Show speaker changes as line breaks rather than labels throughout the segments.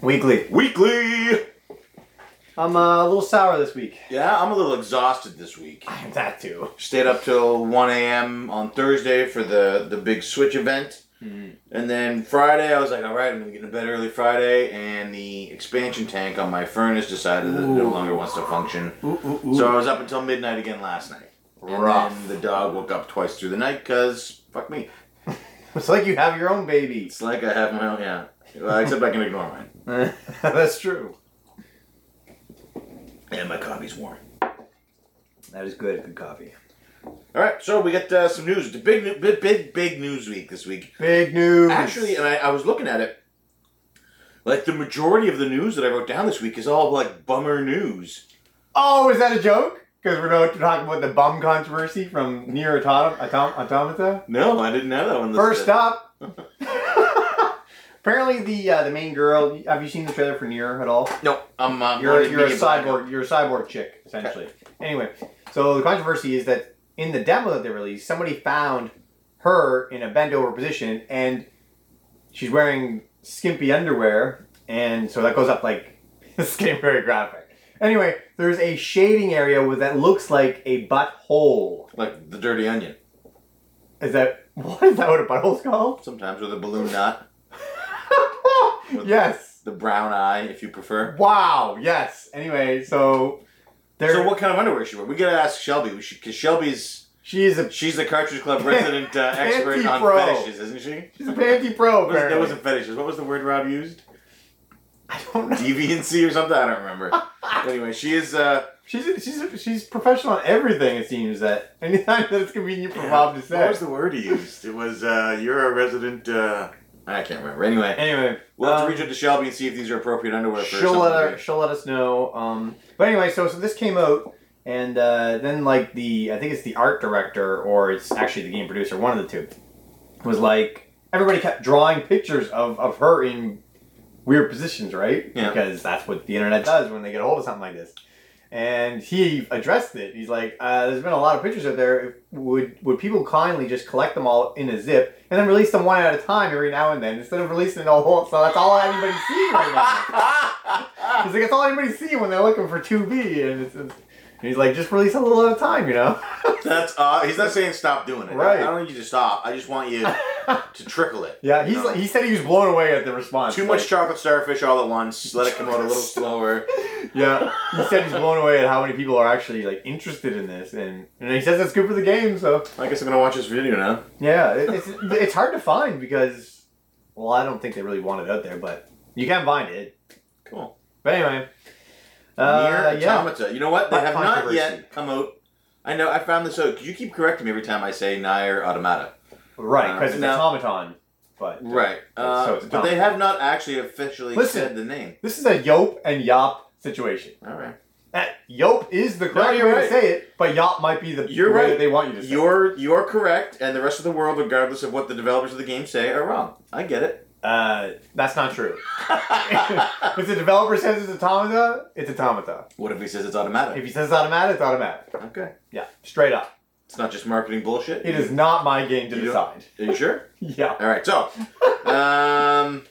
Weekly.
Weekly.
I'm uh, a little sour this week.
Yeah, I'm a little exhausted this week.
I'm that too.
Stayed up till 1 a.m. on Thursday for the the big Switch event,
Mm-hmm.
and then Friday I was like, all right, I'm gonna get to bed early Friday, and the expansion tank on my furnace decided that it no
Ooh.
longer wants to function.
Ooh, ooh, ooh.
So I was up until midnight again last night. And
Rough.
then the dog woke up twice through the night because fuck me.
it's like you have your own baby.
It's like I have my own yeah. Well, except I can ignore mine.
That's true.
And my coffee's warm.
That is good. Good coffee.
All right, so we got uh, some news. The big, new- big, big, big news week this week.
Big news.
Actually, uh, and I, I was looking at it. Like the majority of the news that I wrote down this week is all like bummer news.
oh, is that a joke? Because we're not talking about the bum controversy from near autom- autom- automata.
No, I didn't have that one.
First up, apparently the uh, the main girl. Have you seen the trailer for Near at all?
no, I'm. Uh,
You're, you're a cyborg. You're a cyborg chick, essentially. Anyway, so the controversy is that in the demo that they released, somebody found her in a bent over position, and she's wearing skimpy underwear, and so that goes up like it's getting very graphic. Anyway, there's a shading area with that looks like a butthole.
like the dirty onion.
Is that what is that what a butthole's called?
Sometimes with a balloon knot,
yes.
the brown eye, if you prefer.
Wow. Yes. Anyway, so there.
So, what kind of underwear she wear? We gotta ask Shelby because Shelby's
she is a
she's the Cartridge Club resident uh, expert on
Anti-pro.
fetishes, isn't she?
She's a panty pro,
What was,
apparently.
that wasn't fetishes. What was the word Rob used?
I don't know.
Deviancy or something? I don't remember. anyway, she is. Uh,
She's a, she's a, she's professional on everything. It seems that anytime that it's convenient for Bob to
What
say.
was the word he used? It was uh, you're a resident. Uh, I can't remember. Anyway,
anyway,
we'll have
um,
to reach out to Shelby and see if these are appropriate underwear for
she'll let her,
something.
she'll let us know. Um, but anyway, so so this came out, and uh, then like the I think it's the art director or it's actually the game producer, one of the two, was like everybody kept drawing pictures of of her in weird positions, right?
Yeah.
Because that's what the internet does when they get a hold of something like this. And he addressed it. He's like, uh, "There's been a lot of pictures out there. Would would people kindly just collect them all in a zip and then release them one at a time every now and then instead of releasing it all? So that's all anybody's seeing right now." He's like, it's all anybody's seeing when they're looking for 2B. And, it's, it's- and he's like, just release a little at a time, you know?
That's uh, he's not saying stop doing it.
Right.
I don't need you to stop. I just want you to trickle it.
yeah, he's
No.
like, he said he was blown away at the response.
Too
Like,
much chocolate starfish all at once. Let it come out a little slower.
yeah, he said he's blown away at how many people are actually like interested in this. And, and he says it's good for the game, so
I guess I'm gonna watch this video now.
yeah, it, it's, it's hard to find because, well, I don't think they really want it out there, but you can find it.
Cool.
But anyway, uh,
Near
yeah.
Automata. You know what? They
But
have not
controversy.
yet come out. I know. I found this out. You keep correcting me every time I say Nier Automata.
Right, because it's
Now-
automaton. But
Right. Uh,
So it's
but
dumb.
they have not actually officially
Listen.
said the name.
this is a Yop and Yop situation.
All right.
That Yelp is the correct
you're
way
right.
to say it, but Yelp might be the
You're
way
right.
that they want you to say it.
You're you're correct, and the rest of the world, regardless of what the developers of the game say, are wrong. I get it.
Uh, that's not true. if the developer says it's automata, it's automata.
what if he says it's automatic?
If he says it's automata, it's automatic.
Okay.
Yeah, straight up.
It's not just marketing bullshit.
It is not my game to
You don't-
decide.
Are you sure?
Yeah.
All right. So, um,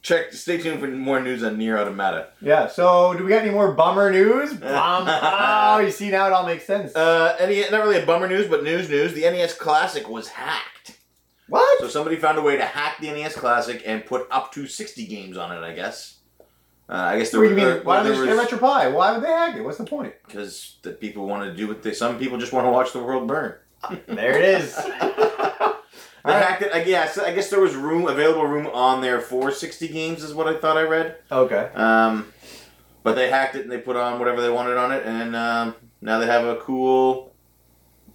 check. Stay tuned for more news on Near Automata.
Yeah, so do we got any more bummer news? Bum. oh, you see now it all makes sense.
Uh, NES, not really a bummer news, but news news. The NES Classic was hacked.
what?
So somebody found a way to hack the NES Classic and put up to sixty games on it. I guess. Uh, I guess there
what do you
were-
mean?
there-
why don't
there
they just
was-
get Retro Pie? Why would they hack it? What's the point?
because the people want to do what they. Some people just want to watch the world burn.
There it is.
They
All right.
hacked it. I guess. I guess there was room available room on there for sixty games, is what I thought I read.
okay.
Um, but they hacked it and they put on whatever they wanted on it, and um, now they have a cool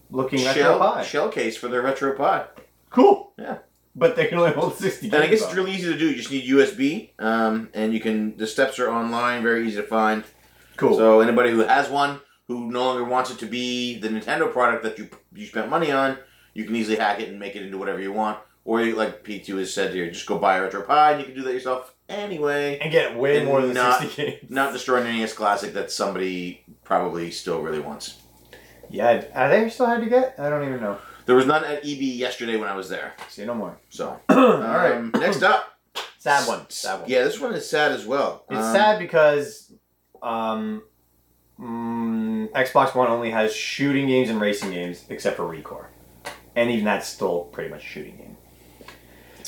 Looking Retro
shell
Pie.
shell case for their retro pie.
Cool.
Yeah.
But they can only hold 60
And I
games
guess it's
on.
really easy to do. You just need USB, um, and you can. The steps are online, very easy to find.
Cool.
So anybody who has one who no longer wants it to be the Nintendo product that you you spent money on, you can easily hack it and make it into whatever you want. Or you- like P2 has said here, just go buy a retro pie and you can do that yourself anyway.
and get way
And
more than
not-
60 games.
Not destroy an NES classic that somebody probably still really wants.
Yeah, are they still hard to get? I don't even know.
There was none at EB yesterday E when I was there.
Say no more. Um,
So,
All
all right.
right.
next up,
Sad one. Sad one.
Yeah, this one is sad as well.
It's
Um,
sad because um, mm, Xbox One only has shooting games and racing games, except for Recore, and even that's still pretty much a shooting game.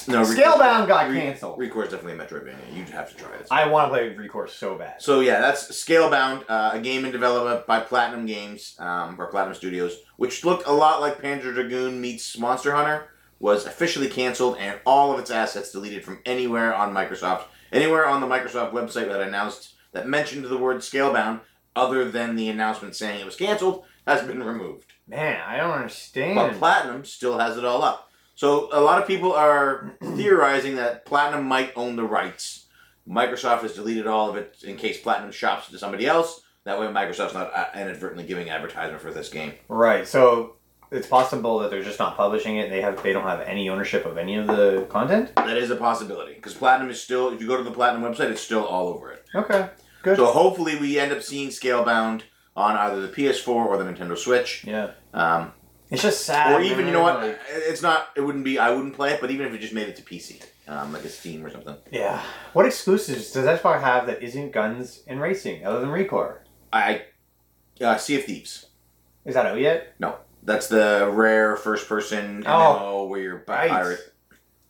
No, Recore's-
Scalebound got
Re-
canceled.
Recore's definitely a Metroidvania. You'd have to try it.
I want to play Recore so bad.
So yeah, that's Scalebound, uh, a game in development by Platinum Games um, or Platinum Studios, which looked a lot like Panzer Dragoon meets Monster Hunter, was officially canceled and all of its assets deleted from anywhere on Microsoft, anywhere on the Microsoft website that announced that mentioned the word Scalebound, other than the announcement saying it was canceled, has been removed.
Man, I don't understand.
But Platinum still has it all up. So a lot of people are theorizing that Platinum might own the rights. Microsoft has deleted all of it in case Platinum shops to somebody else. That way, Microsoft's not uh, inadvertently giving advertisement for this game.
Right. So it's possible that they're just not publishing it. They have they don't have any ownership of any of the content.
That is a possibility because Platinum is still. If you go to the Platinum website, it's still all over it.
Okay. Good.
So hopefully, we end up seeing Scalebound on either the PS4 or the Nintendo Switch,
yeah.
um,
It's just sad.
or even you know
man,
what?
like-
It's not. It wouldn't be. I wouldn't play it, but even if it just made it to PC, um, like a Steam or something.
yeah. What exclusives does Xbox have that isn't guns and racing other than Recore?
I uh, Sea of Thieves.
Is that out yet?
That's the rare first person MMO where you're a
Oh, Right.
pirate.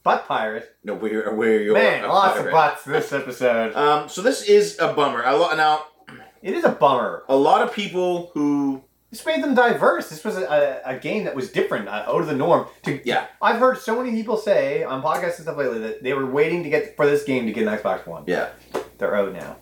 Butt pirate.
No, where where you're
Man,
a
lots
pirate.
of butts this episode.
Um, so this is a bummer. A lot now.
It is a bummer.
A lot of people who
This made them diverse. This was a, a, a game that was different, uh, out of the norm. To,
Yeah.
I've heard so many people say on podcasts and stuff lately that they were waiting to get for this game to get an Xbox One.
yeah,
They're out now.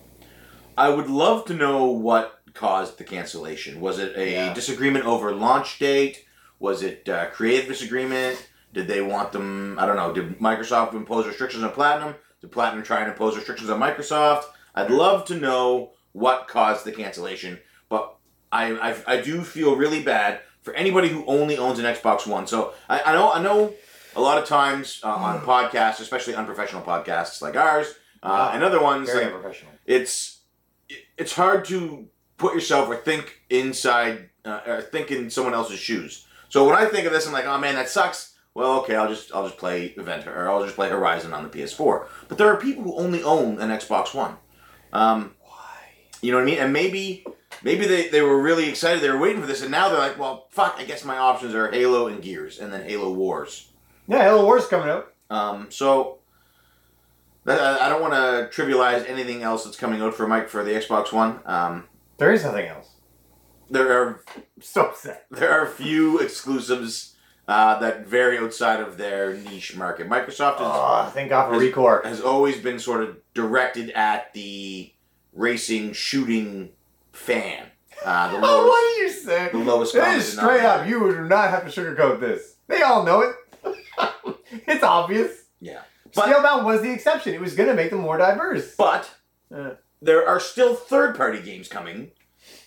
I would love to know what caused the cancellation. Was it a
Yeah.
disagreement over launch date? Was it uh, creative disagreement? Did they want them? I don't know. Did Microsoft impose restrictions on Platinum? Did Platinum try and impose restrictions on Microsoft? I'd love to know what caused the cancellation, but I, I, I do feel really bad for anybody who only owns an Xbox One. So I, I know I know a lot of times uh, on
Hmm.
podcasts, especially unprofessional podcasts like ours uh, and other ones,
Very
like,
professional.
it's it- it's hard to put yourself or think inside uh, or think in someone else's shoes. So when I think of this, I'm like, oh man, that sucks. Well, okay, I'll just I'll just play Event or I'll just play Horizon on the PS4. But there are people who only own an Xbox One. Um,
Why?
you know what I mean? And maybe maybe they, they were really excited, they were waiting for this, and now they're like, well, fuck, I guess my options are Halo and Gears, and then Halo Wars.
Yeah, Halo War's coming out.
Um, so I- I I don't want to trivialize anything else that's coming out for Mike for the Xbox One. Um,
There is nothing else.
there are
I'm so upset.
there are few exclusives uh, that vary outside of their niche market. Microsoft is,
Oh, thank God for Recore.
has always been sort of directed at the racing shooting fan. Uh, the
Oh,
lowest,
what do you say?
the lowest
It
common
is straight
denominator.
up. You do not have to sugarcoat this. They all know it. it's obvious.
Yeah. But-
Scalebound was the exception. It was going to make them more diverse.
But
Uh,
there are still third party games coming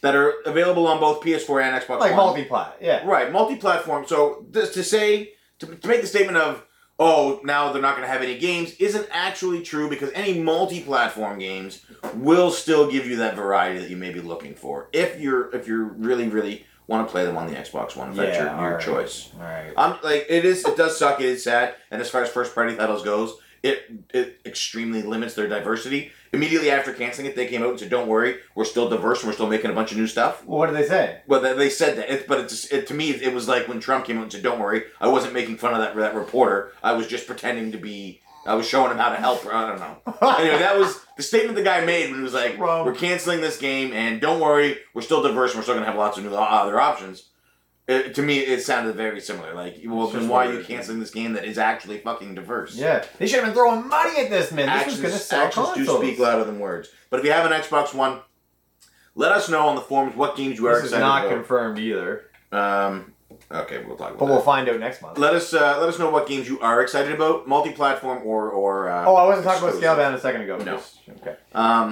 that are available on both PS4 and Xbox
like
One.
multi-plat. Yeah.
Right, multi-platform. So this, to say to, to make the statement of oh now they're not going to have any games isn't actually true because any multi-platform games will still give you that variety that you may be looking for if you're if you're really really want to play them on the Xbox One. If that's your,
Yeah,
your
alright.
choice.
All right.
I'm like it is. It does suck. It is sad. And as far as first party titles goes, it it extremely limits their diversity. Immediately after canceling it, they came out and said, "Don't worry, we're still diverse and we're still making a bunch of new stuff."
What did they say?
Well, they, they said that, it, but it just, it, to me, it was like when Trump came out and said, "Don't worry, I wasn't making fun of that that reporter. I was just pretending to be. I was showing him how to help." her." I don't know. Anyway, that was the statement the guy made when he was like,
Wrong.
"We're canceling this game, and don't worry, we're still diverse, and we're still gonna have lots of new uh, other options." It, to me, it sounded very similar. Like, well,
It's
then
just
why are
weird,
you
yeah.
canceling this game that is actually fucking diverse?
yeah. They should have been throwing money at this, man. This
actions,
was going to sell
actions do
consoles.
speak louder than words. But if you have an Xbox One, let us know on the forums what games you are
This is
excited
not
about.
confirmed either,
Um, okay, we'll talk
but
about
we'll
that.
find out next month.
Let us uh, let us know what games you are excited about, multi-platform or or. Uh,
Oh, I wasn't talking about
exclusive.
Scalebound a second ago.
No.
Just- Okay.
Um,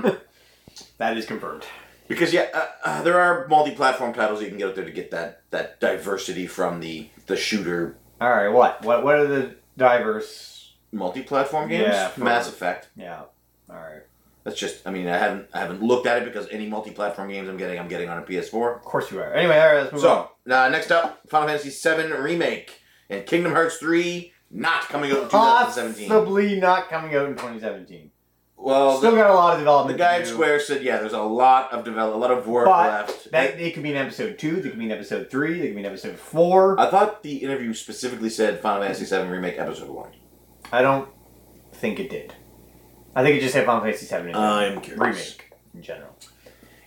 That is confirmed.
because yeah, uh, uh, there are multi-platform titles you can get out there to get that that diversity from the the shooter
All right. What? What? What are the diverse?
multi-platform games.
Yeah, for-
Mass Effect.
Yeah. All right.
That's just. I mean, I haven't I haven't looked at it because any multi-platform games I'm getting, I'm getting on a PS4.
Of course you are. Anyway, all right, let's move on.
So uh, next up, Final Fantasy VII remake and Kingdom Hearts three not coming out in 2017.
Possibly not coming out in 2017.
Well,
Still
the,
got a lot of
the
development.
guy
to
at
do.
Square said, yeah, there's a lot of develop, a lot of work
But
left.
That it could be in episode two. It could be in episode three. It could be in episode four.
I thought the interview specifically said Final Fantasy VII Remake Episode 1.
I don't think it did. I think it just said Final Fantasy Seven in general.
I'm
remake in general.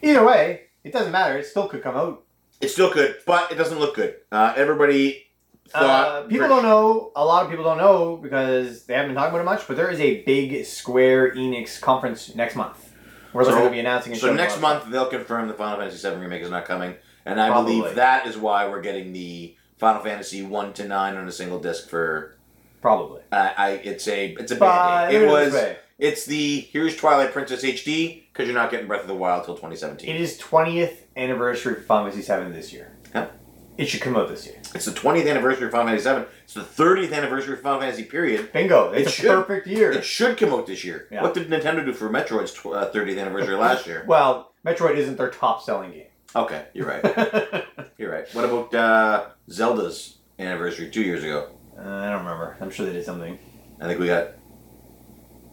Either way, it doesn't matter. It still could come out.
It's still good, but it doesn't look good. Uh, everybody thought.
Uh, people don't know. A lot of people don't know because they haven't been talking about it much. But there is a big Square Enix conference next month. We're
So-
looking to be announcing. and
So
showing
next
off.
month they'll confirm the Final Fantasy VII remake is not coming, and I
Probably.
believe that is why we're getting the Final Fantasy one to nine on a single disc for.
probably.
I I it's a it's a
But
band It
look at this
was
way.
it's the here's Twilight Princess HD because you're not getting Breath of the Wild till 2017.
It is twentieth anniversary for Final Fantasy Seven this year.
Yeah.
It should come out this year.
It's the 20th anniversary of Final Fantasy VII. It's the 30th anniversary of Final Fantasy period.
Bingo!
It
It's a
should.
perfect year.
It should come out this year.
Yeah.
What did Nintendo do for Metroid's tw- uh, 30th anniversary last year?
Well, Metroid isn't their top selling game. Uh,
Okay, you're right. You're right. What about uh, Zelda's anniversary two years ago?
Uh, I don't remember. I'm sure they did something.
I think we got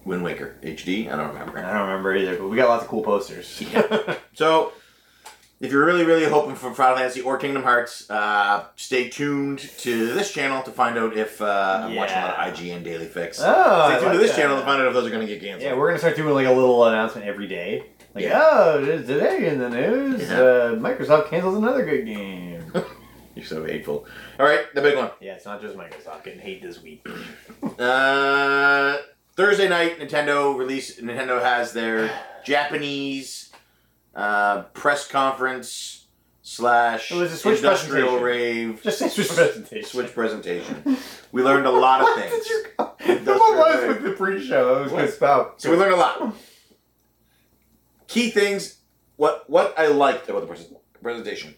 Wind Waker HD. I don't remember.
I don't remember either, but we got lots of cool posters.
Yeah. So, if you're really, really hoping for Final Fantasy or Kingdom Hearts, uh, stay tuned to this channel to find out if uh, I'm watching a lot of IGN Daily Fix.
oh, I
stay tuned to
like
this
that.
channel to find out if those are going to get canceled.
Yeah, we're gonna start doing like a little announcement every day. Like,
Yeah.
oh, t- today in the news,
Yeah.
uh, Microsoft cancels another good game.
You're so hateful. All right, the big one.
yeah, it's not just Microsoft getting hate this week.
Uh, Thursday night, Nintendo release. Nintendo has their Japanese uh, press conference slash
It was a Switch
industrial
presentation.
rave
Just say Switch presentation.
Switch presentation. We learned a lot of
What
things.
Did you
Industrial
Come on, was
Rave.
with the pre-show? That was
What?
good stuff.
So we learned a lot. Key things. What what I liked about the pres- presentation.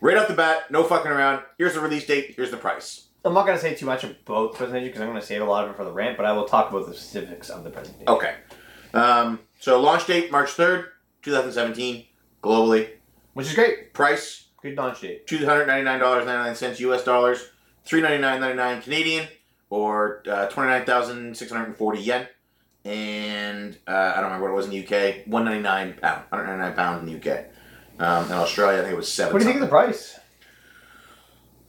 Right off the bat, no fucking around. Here's the release date. Here's the price.
I'm not gonna say too much about the presentation because I'm gonna save a lot of it for the rant, but I will talk about the specifics of the presentation.
Okay. Um, so launch date March third, two thousand seventeen, globally.
Which is great.
Price
Good launch date.
two hundred ninety nine dollars ninety nine cents U.S. dollars, three ninety nine ninety nine Canadian, or uh, twenty nine thousand six hundred and forty yen, and uh, I don't remember what it was in the U.K. One ninety nine pound, one hundred ninety nine pound in the U.K. Um, in Australia, I think it was seven.
What do you think of the
something.
price?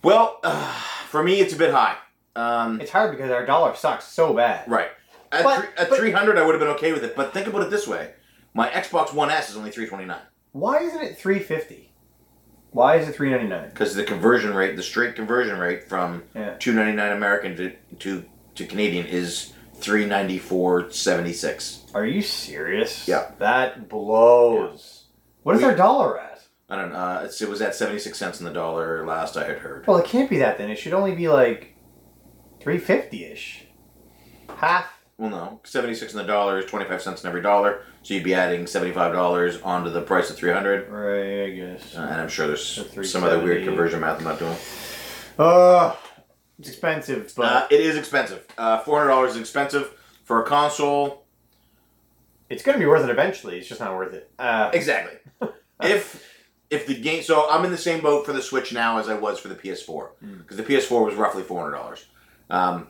Well, uh, for me, it's a bit high. Um,
It's hard because our dollar sucks so bad.
right at,
But-
three, at
but-
three hundred, I would have been okay with it. But think about it this way: my Xbox One S is only three twenty nine
Why isn't it three fifty? Why is it three ninety nine?
because the conversion rate, the straight conversion rate from
Yeah.
two ninety nine American to, to to Canadian is three ninety four seventy six.
Are you serious?
Yeah.
That blows. What is
We-
our dollar at?
I don't know. Uh, it's, it was at seventy six cents in the dollar last I had heard.
Well, it can't be that then. It should only be like three fifty ish. Half.
Well, no, seventy six in the dollar is twenty five cents in every dollar, so you'd be adding seventy five dollars onto the price of three hundred.
Right, I guess.
Uh, and I'm sure there's
So
some other weird
370.
conversion math I'm not doing.
Ugh. It's expensive, but
Uh, it is expensive. Uh, four hundred dollars is expensive for a console.
it's gonna be worth it eventually. It's just not worth it. Uh,
Exactly. if if the game, so I'm in the same boat for the Switch now as I was for the PS4
Mm.
because the PS4 was roughly four hundred dollars. Um,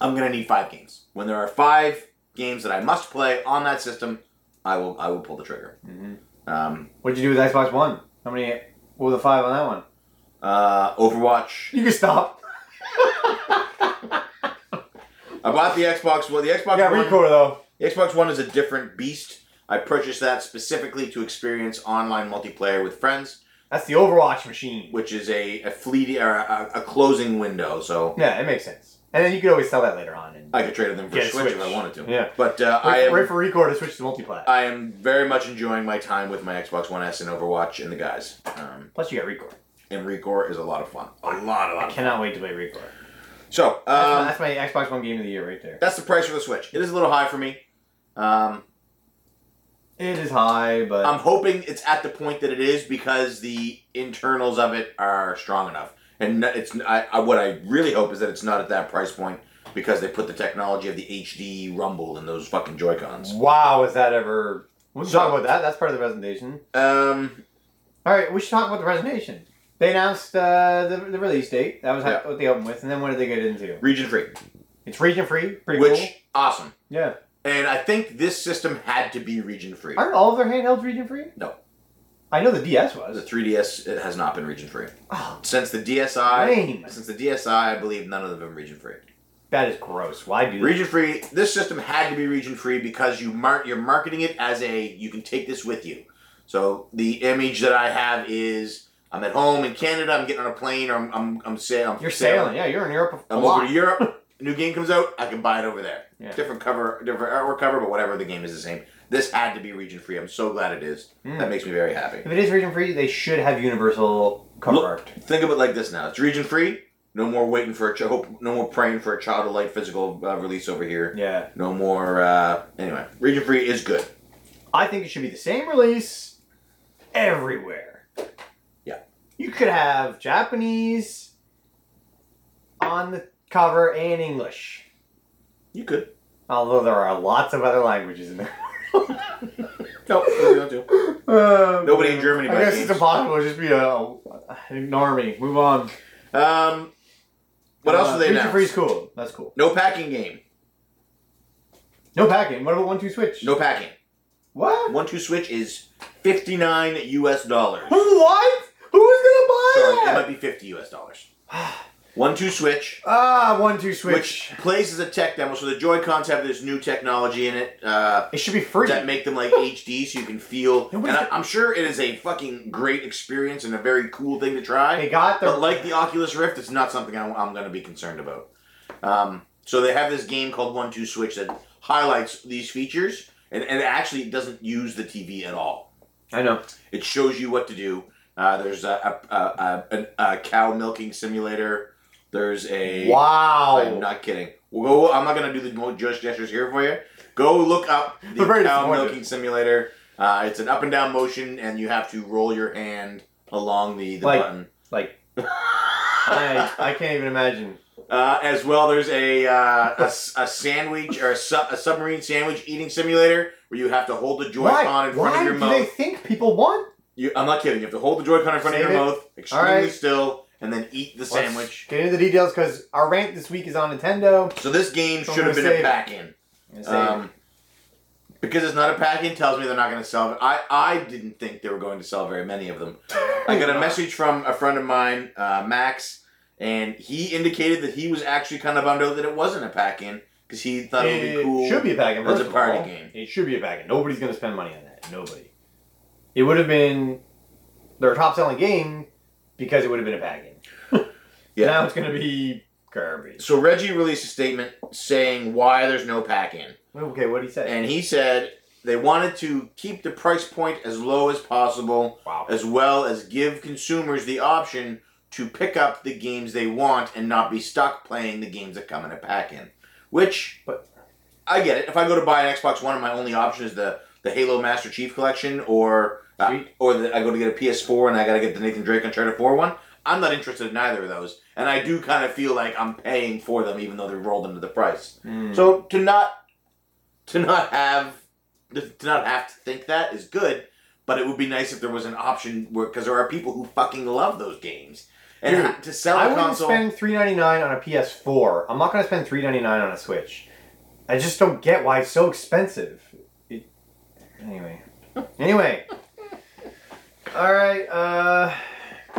I'm gonna need five games. When there are five games that I must play on that system, I will I will pull the trigger.
mhm.
Um,
What'd you do with Xbox One? How many? What was the five on that one?
uh, Overwatch.
You can stop.
I bought the Xbox. Well, the Xbox
Yeah,
One.
record though.
The Xbox One is a different beast. I purchased that specifically to experience online multiplayer with friends,
That's the Overwatch machine.
which is a, a fleeting or a, a a closing window. So
Yeah, it makes sense. And then you could always sell that later on. And
I could trade them for
Get a
Switch, if
Switch.
I wanted to.
Yeah.
But uh, I am
right for record to switch to multiplayer.
I am very much enjoying my time with my Xbox One S and Overwatch and the guys. Um,
Plus, you got record.
and Recore is a lot of fun. A lot, a
I
lot. Of fun.
cannot wait to play record.
So um,
that's, my, that's my Xbox One game of the year right there.
that's the price for the Switch. It is a little high for me. Um,
It is high, but
I'm hoping it's at the point that it is because the internals of it are strong enough. And no- it's I, I, what I really hope is that it's not at that price point because they put the technology of the HD Rumble in those fucking Joy Cons.
wow, is that ever? We can
So-
talk about that. That's part of the presentation.
Um,
All right, we should talk about the presentation. They announced uh, the, the release date. That was how,
Yeah.
what they opened with, and then what did they get into?
Region free,
It's region free, pretty
which
cool.
awesome.
Yeah,
And I think this system had to be region free.
aren't all of their handhelds region free?
No.
I know the DS
The
was.
3DS it has not been region free
Oh,
since the DSi.
lame.
Since the DSi, I believe none of them have been region free.
That is gross. Why do that?
Region free. This system had to be region free because you mar- you're marketing it as a you can take this with you. So the image that I have is I'm at home in Canada. I'm getting on a plane or I'm I'm, I'm, sa- I'm
You're sailing. Yeah, you're in Europe a
I'm
lot.
over to Europe. New game comes out. I can buy it over there.
Yeah.
Different cover, different artwork cover, but whatever. The game is the same. This had to be region free. I'm so glad it is.
Mm.
That makes me very happy.
If it is region free, they should have universal cover
Look-
art.
Think of it like this now. It's region free. No more waiting for a ch- hope. No more praying for a childlike physical uh, release over here.
Yeah,
No more. Uh, anyway, region free is good.
I think it should be the same release everywhere.
Yeah.
you could have Japanese on the cover and English.
You could.
Although there are lots of other languages in there.
No, you don't do.
Um,
Nobody in Germany
I
buys
guess
games.
it's impossible. Just be a ignore me. Move on.
Um, what else
Uh,
do they
Region
announce?
free's cool. That's cool.
No packing game.
No packing. What about one two switch?
No packing.
What?
One two switch is fifty nine U.S. dollars.
What? Who's gonna buy
Sorry, it
that?
might be 50 US dollars. One two switch,
Ah, one two switch.
which plays as a tech demo. So the Joy Cons have this new technology in it uh,
it should be free.
that make them like HD, so you can feel. And
Nobody's
I, I'm sure it is a fucking great experience and a very cool thing to try.
They got the
But like the Oculus Rift, it's not something I'm, I'm going to be concerned about. Um, so they have this game called One Two Switch that highlights these features, and, and it actually doesn't use the TV at all.
I know.
It shows you what to do. Uh, there's a, a, a, a, a cow milking simulator. There's a.
Wow.
I'm not kidding. We'll go, I'm not going to do the most Jewish gestures here for you. Go look up the
I'm very
cow
disappointed.
milking simulator. Uh, it's an up and down motion, and you have to roll your hand along the, the
Like-
button.
Like I, I can't even imagine.
Uh, as well, there's a, uh, a, s- a sandwich or a, su- a submarine sandwich eating simulator where you have to hold the Joy-Con
Why?
in front
Why
of your
do
mouth.
they think people want?
You, I'm not kidding. You have to hold the Joy-Con in front
Save
of your
it.
mouth, extremely
Alright.
still, and then eat the
Let's
sandwich.
get into the details because our rank this week is on Nintendo.
So this game
So I'm
should have
gonna
been a
save it.
pack-in.
I'm gonna say-
Um, because it's not a pack-in tells me they're not going to sell. I I didn't think they were going to sell very many of them.
Oh,
I got a message from a friend of mine, uh, Max, and he indicated that he was actually kind of bummed out that it wasn't a pack-in because he thought it, would be cool.
should be a packet.
It's
first
a
of
party
all.
game.
It should be a packet. Nobody's gonna spend money on that. Nobody. It would have been their top selling game because it would have been a packet.
Yeah.
Now it's gonna be garbage.
So Reggie released a statement saying why there's no pack-in.
Okay, what did he say?
and he said they wanted to keep the price point as low as possible,
Wow.
as well as give consumers the option to pick up the games they want and not be stuck playing the games that come in a pack in. Which,
But-
I get it. If I go to buy an Xbox One, my only option is the the Halo Master Chief Collection, or uh,
Sweet.
or the, I go to get a PS4 and I gotta get the Nathan Drake Uncharted 4 one. I'm not interested in either of those, and I do kind of feel like I'm paying for them, even though they're rolled into the price.
Mm.
So to not to not have to not have to think that is good, but it would be nice if there was an option where because there are people who fucking love those games and
Dude,
ha- to sell
I
a
wouldn't
console.
spend three ninety nine on a PS4. I'm not gonna spend three ninety nine on a Switch. I just don't get why it's so expensive. It, anyway, anyway. All right. Uh,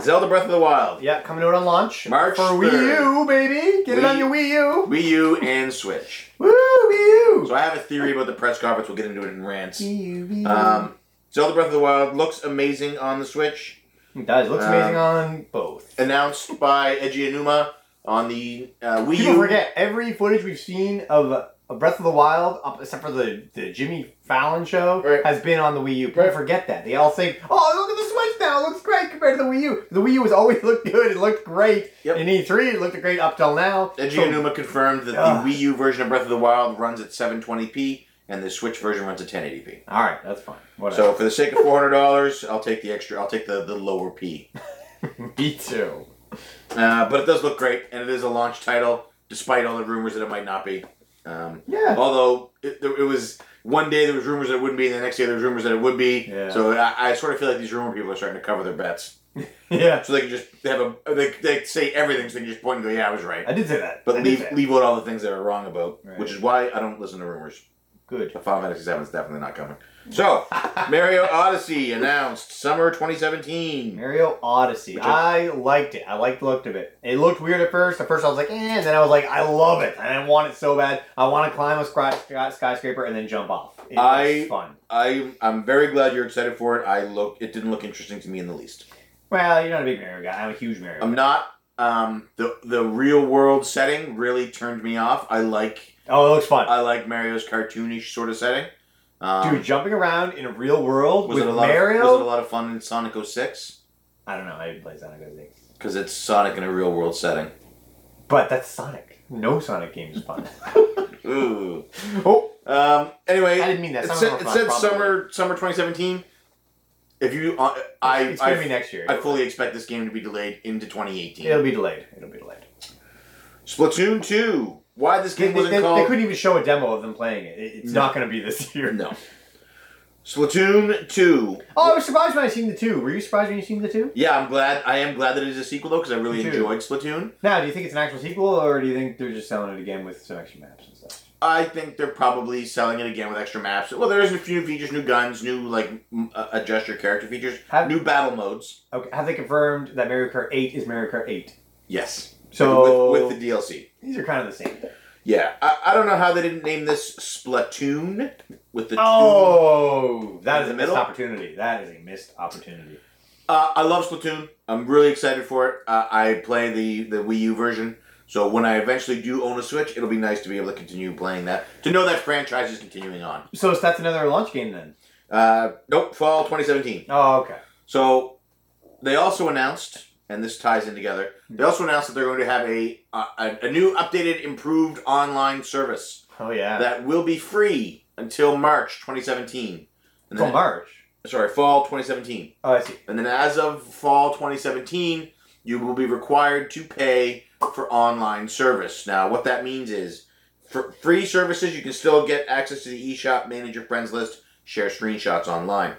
Zelda Breath of the Wild,
yeah, coming out on launch.
March
for Wii
3rd.
U, baby. Get it on
Wii-
your Wii U.
Wii U, and Switch.
Woo, Wii U.
So I have a theory about the press conference. We'll get into it in rants.
Wii U, Wii U.
Um, Zelda Breath of the Wild looks amazing on the Switch.
it does. Looks
um,
amazing on both.
Announced by Eiji Inuma on the uh, Wii
People
U.
forget every footage we've seen of uh, Breath of the Wild, up, except for the, the Jimmy Fallon show,
Right.
has been on the Wii U. People
Right.
forget that. They all think, "Oh, look at the Switch now! It looks great compared to the Wii U." The Wii U has always looked good. It looked great
Yep.
in E3. It looked great up till now.
Eiji
So-
Onuma confirmed that
Ugh.
the Wii U version of Breath of the Wild runs at 720p and the Switch version runs at 1080p.
all right, that's fine. Whatever.
So for the sake of $400, I'll take the extra. I'll take the, the lower P.
me too.
Uh, but it does look great, and it is a launch title, despite all the rumors that it might not be. Um,
Yeah.
although it, there- it was one day there was rumors that it wouldn't be, and the next day there was rumors that it would be.
Yeah.
So I, I sort of feel like these rumor people are starting to cover their bets.
yeah,
so they can just they have a they, they say everything, so they can just point and go, "Yeah, I was right."
I did say that. I
But
did say
leave
that.
leave out all the things that are wrong about,
Right.
which is why I don't listen to rumors.
Good.
The Final Fantasy VII is definitely not coming. So, Mario Odyssey announced summer 2017.
Mario Odyssey.
Which
I liked it. I liked the look of it. It looked weird at first. At first, I was like, eh, and then I was like, I love it. And I want it so bad. I want to climb a skyscra- sky- skyscraper and then jump off. It
I-
was fun.
I I'm very glad you're excited for it. I look it didn't look interesting to me in the least.
Well, you're not a big Mario guy. I'm a huge Mario. guy.
I'm not um the the real world setting really turned me off. I like
Oh, it looks fun.
I like Mario's cartoonish sort of setting. Um,
Dude, jumping around in a real world
was
with
it a lot
Mario?
of, was it a lot of fun in Sonic 06
I don't know. I didn't play Sonic 06.
cuz it's Sonic in a real world setting.
But that's Sonic. No Sonic game is fun.
Ooh.
oh,
Um anyway,
I didn't mean that.
It
Sonic
said,
was
it
fun,
said
probably.
summer summer 2017. If you, uh, I,
it's
I,
gonna be next year.
I fully expect this game to be delayed into 2018.
It'll be delayed. It'll be delayed.
Splatoon 2. Why this
They,
game
they-
wasn't
they- they
called?
couldn't even show a demo of them playing it. It- It's
No.
not going to be this year.
no. Splatoon 2.
Oh, I was surprised when I seen the two. Were you surprised when you seen the two?
Yeah, I'm glad. I am glad that it is a sequel though, because I
Me
really
too.
enjoyed Splatoon.
Now, do you think it's an actual sequel, or do you think they're just selling it again with some extra maps and stuff?
I think they're probably selling it again with extra maps. Well, there is a few features, new guns, new like m- uh, adjust your character features,
Have-
new battle modes.
Okay, have they confirmed that Mario Kart Eight is Mario Kart Eight?
Yes.
So
with, with the DLC.
these are kind of the same.
Yeah, I, I don't know how they didn't name this Splatoon with the two.
Oh, that
In
is
the
a missed
middle?
opportunity. That is a missed opportunity.
Uh, I love Splatoon. I'm really excited for it. Uh, I play the the Wii U version, so when I eventually do own a Switch, it'll be nice to be able to continue playing that. To know that franchise is continuing on.
So it's- that's another launch game then.
Uh, nope, fall 2017.
Oh, okay.
So they also announced, and this ties in together. They also announced that they're going to have a uh, a, a new, updated, improved online service
Oh yeah.
that will be free until March 2017. And
Until
then,
March.
sorry, fall 2017.
Oh, I see.
And then as of fall 2017, you will be required to pay for online service. Now, what that means is for free services, you can still get access to the eShop, manage your friends list, share screenshots online.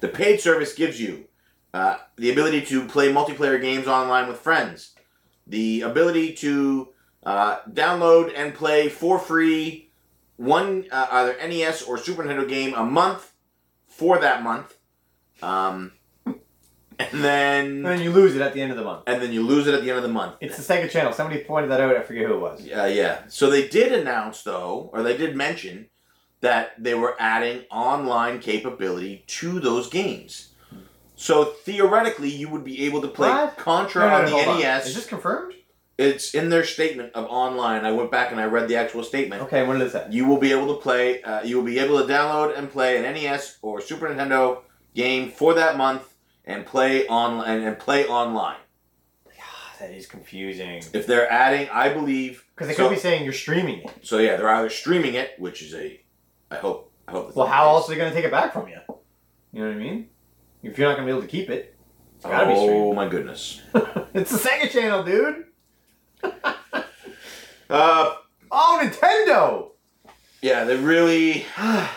The paid service gives you uh, the ability to play multiplayer games online with friends, the ability to uh, download and play for free one uh, either NES or Super Nintendo game a month for that month. Um, and
And
then
then you lose it at the end of the month.
and then you lose it at the end of the month.
It's the Sega Channel. Somebody pointed that out. I forget who it was.
Yeah, yeah. So they did announce though, or they did mention that they were adding online capability to those games. So theoretically, you would be able to play
What?
Contra
No, no, no,
on
hold
the E
on.
NES.
Is this confirmed?
It's in their statement of online. I went back and I read the actual statement.
Okay, what is that?
You will be able to play. Uh, you will be able to download and play an NES or Super Nintendo game for that month and play online and play online.
Ah, that is confusing.
If they're adding, I believe
Because they
So-
could be saying you're streaming it.
So yeah, they're either streaming it, which is a, I hope, I hope. that's
Well,
the
how
case.
else are they going to take it back from you? You know what I mean? If you're not going to be able to keep it, it's got to be
Oh
streamed.
my goodness.
It's the Sega Channel, dude.
Uh,
Oh,
yeah, they really.
Nintendo.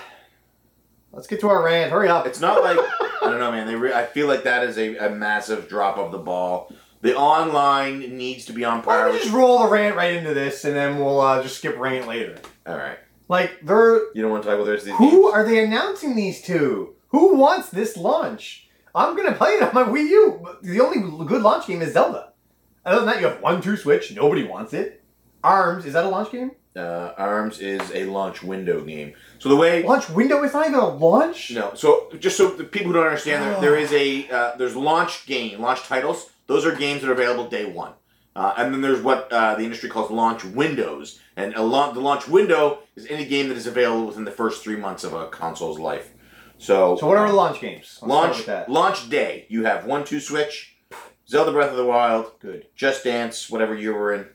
Let's get to our rant. Hurry up.
It's not like I don't know, man. They, re- I feel like that is a, a massive drop of the ball. The online needs to be on
Why
par.
don't we
With-
just roll the rant right into this, and then we'll uh, just skip rant later.
All right,
Like, they're
you don't want to talk about there's these.
Who are they announcing these to? Who wants this launch? I'm gonna play it on my Wii U. The only good launch game is Zelda. Other than that, you have one, two Switch. Nobody wants it. Arms is that a launch game?
Uh, Arms is a launch window game. So the way
Launch window is not even a launch.
No. So just so the people who don't understand, there, there is a uh, there's launch game, launch titles. Those are games that are available day one. Uh, and then there's what uh, the industry calls launch windows, and a launch the launch window is any game that is available within the first three months of a console's life. So,
So what are the launch games? Let's start
launch
with that.
launch day? You have one two switch, Zelda Breath of the Wild,
Good.
Just Dance, whatever year we're in,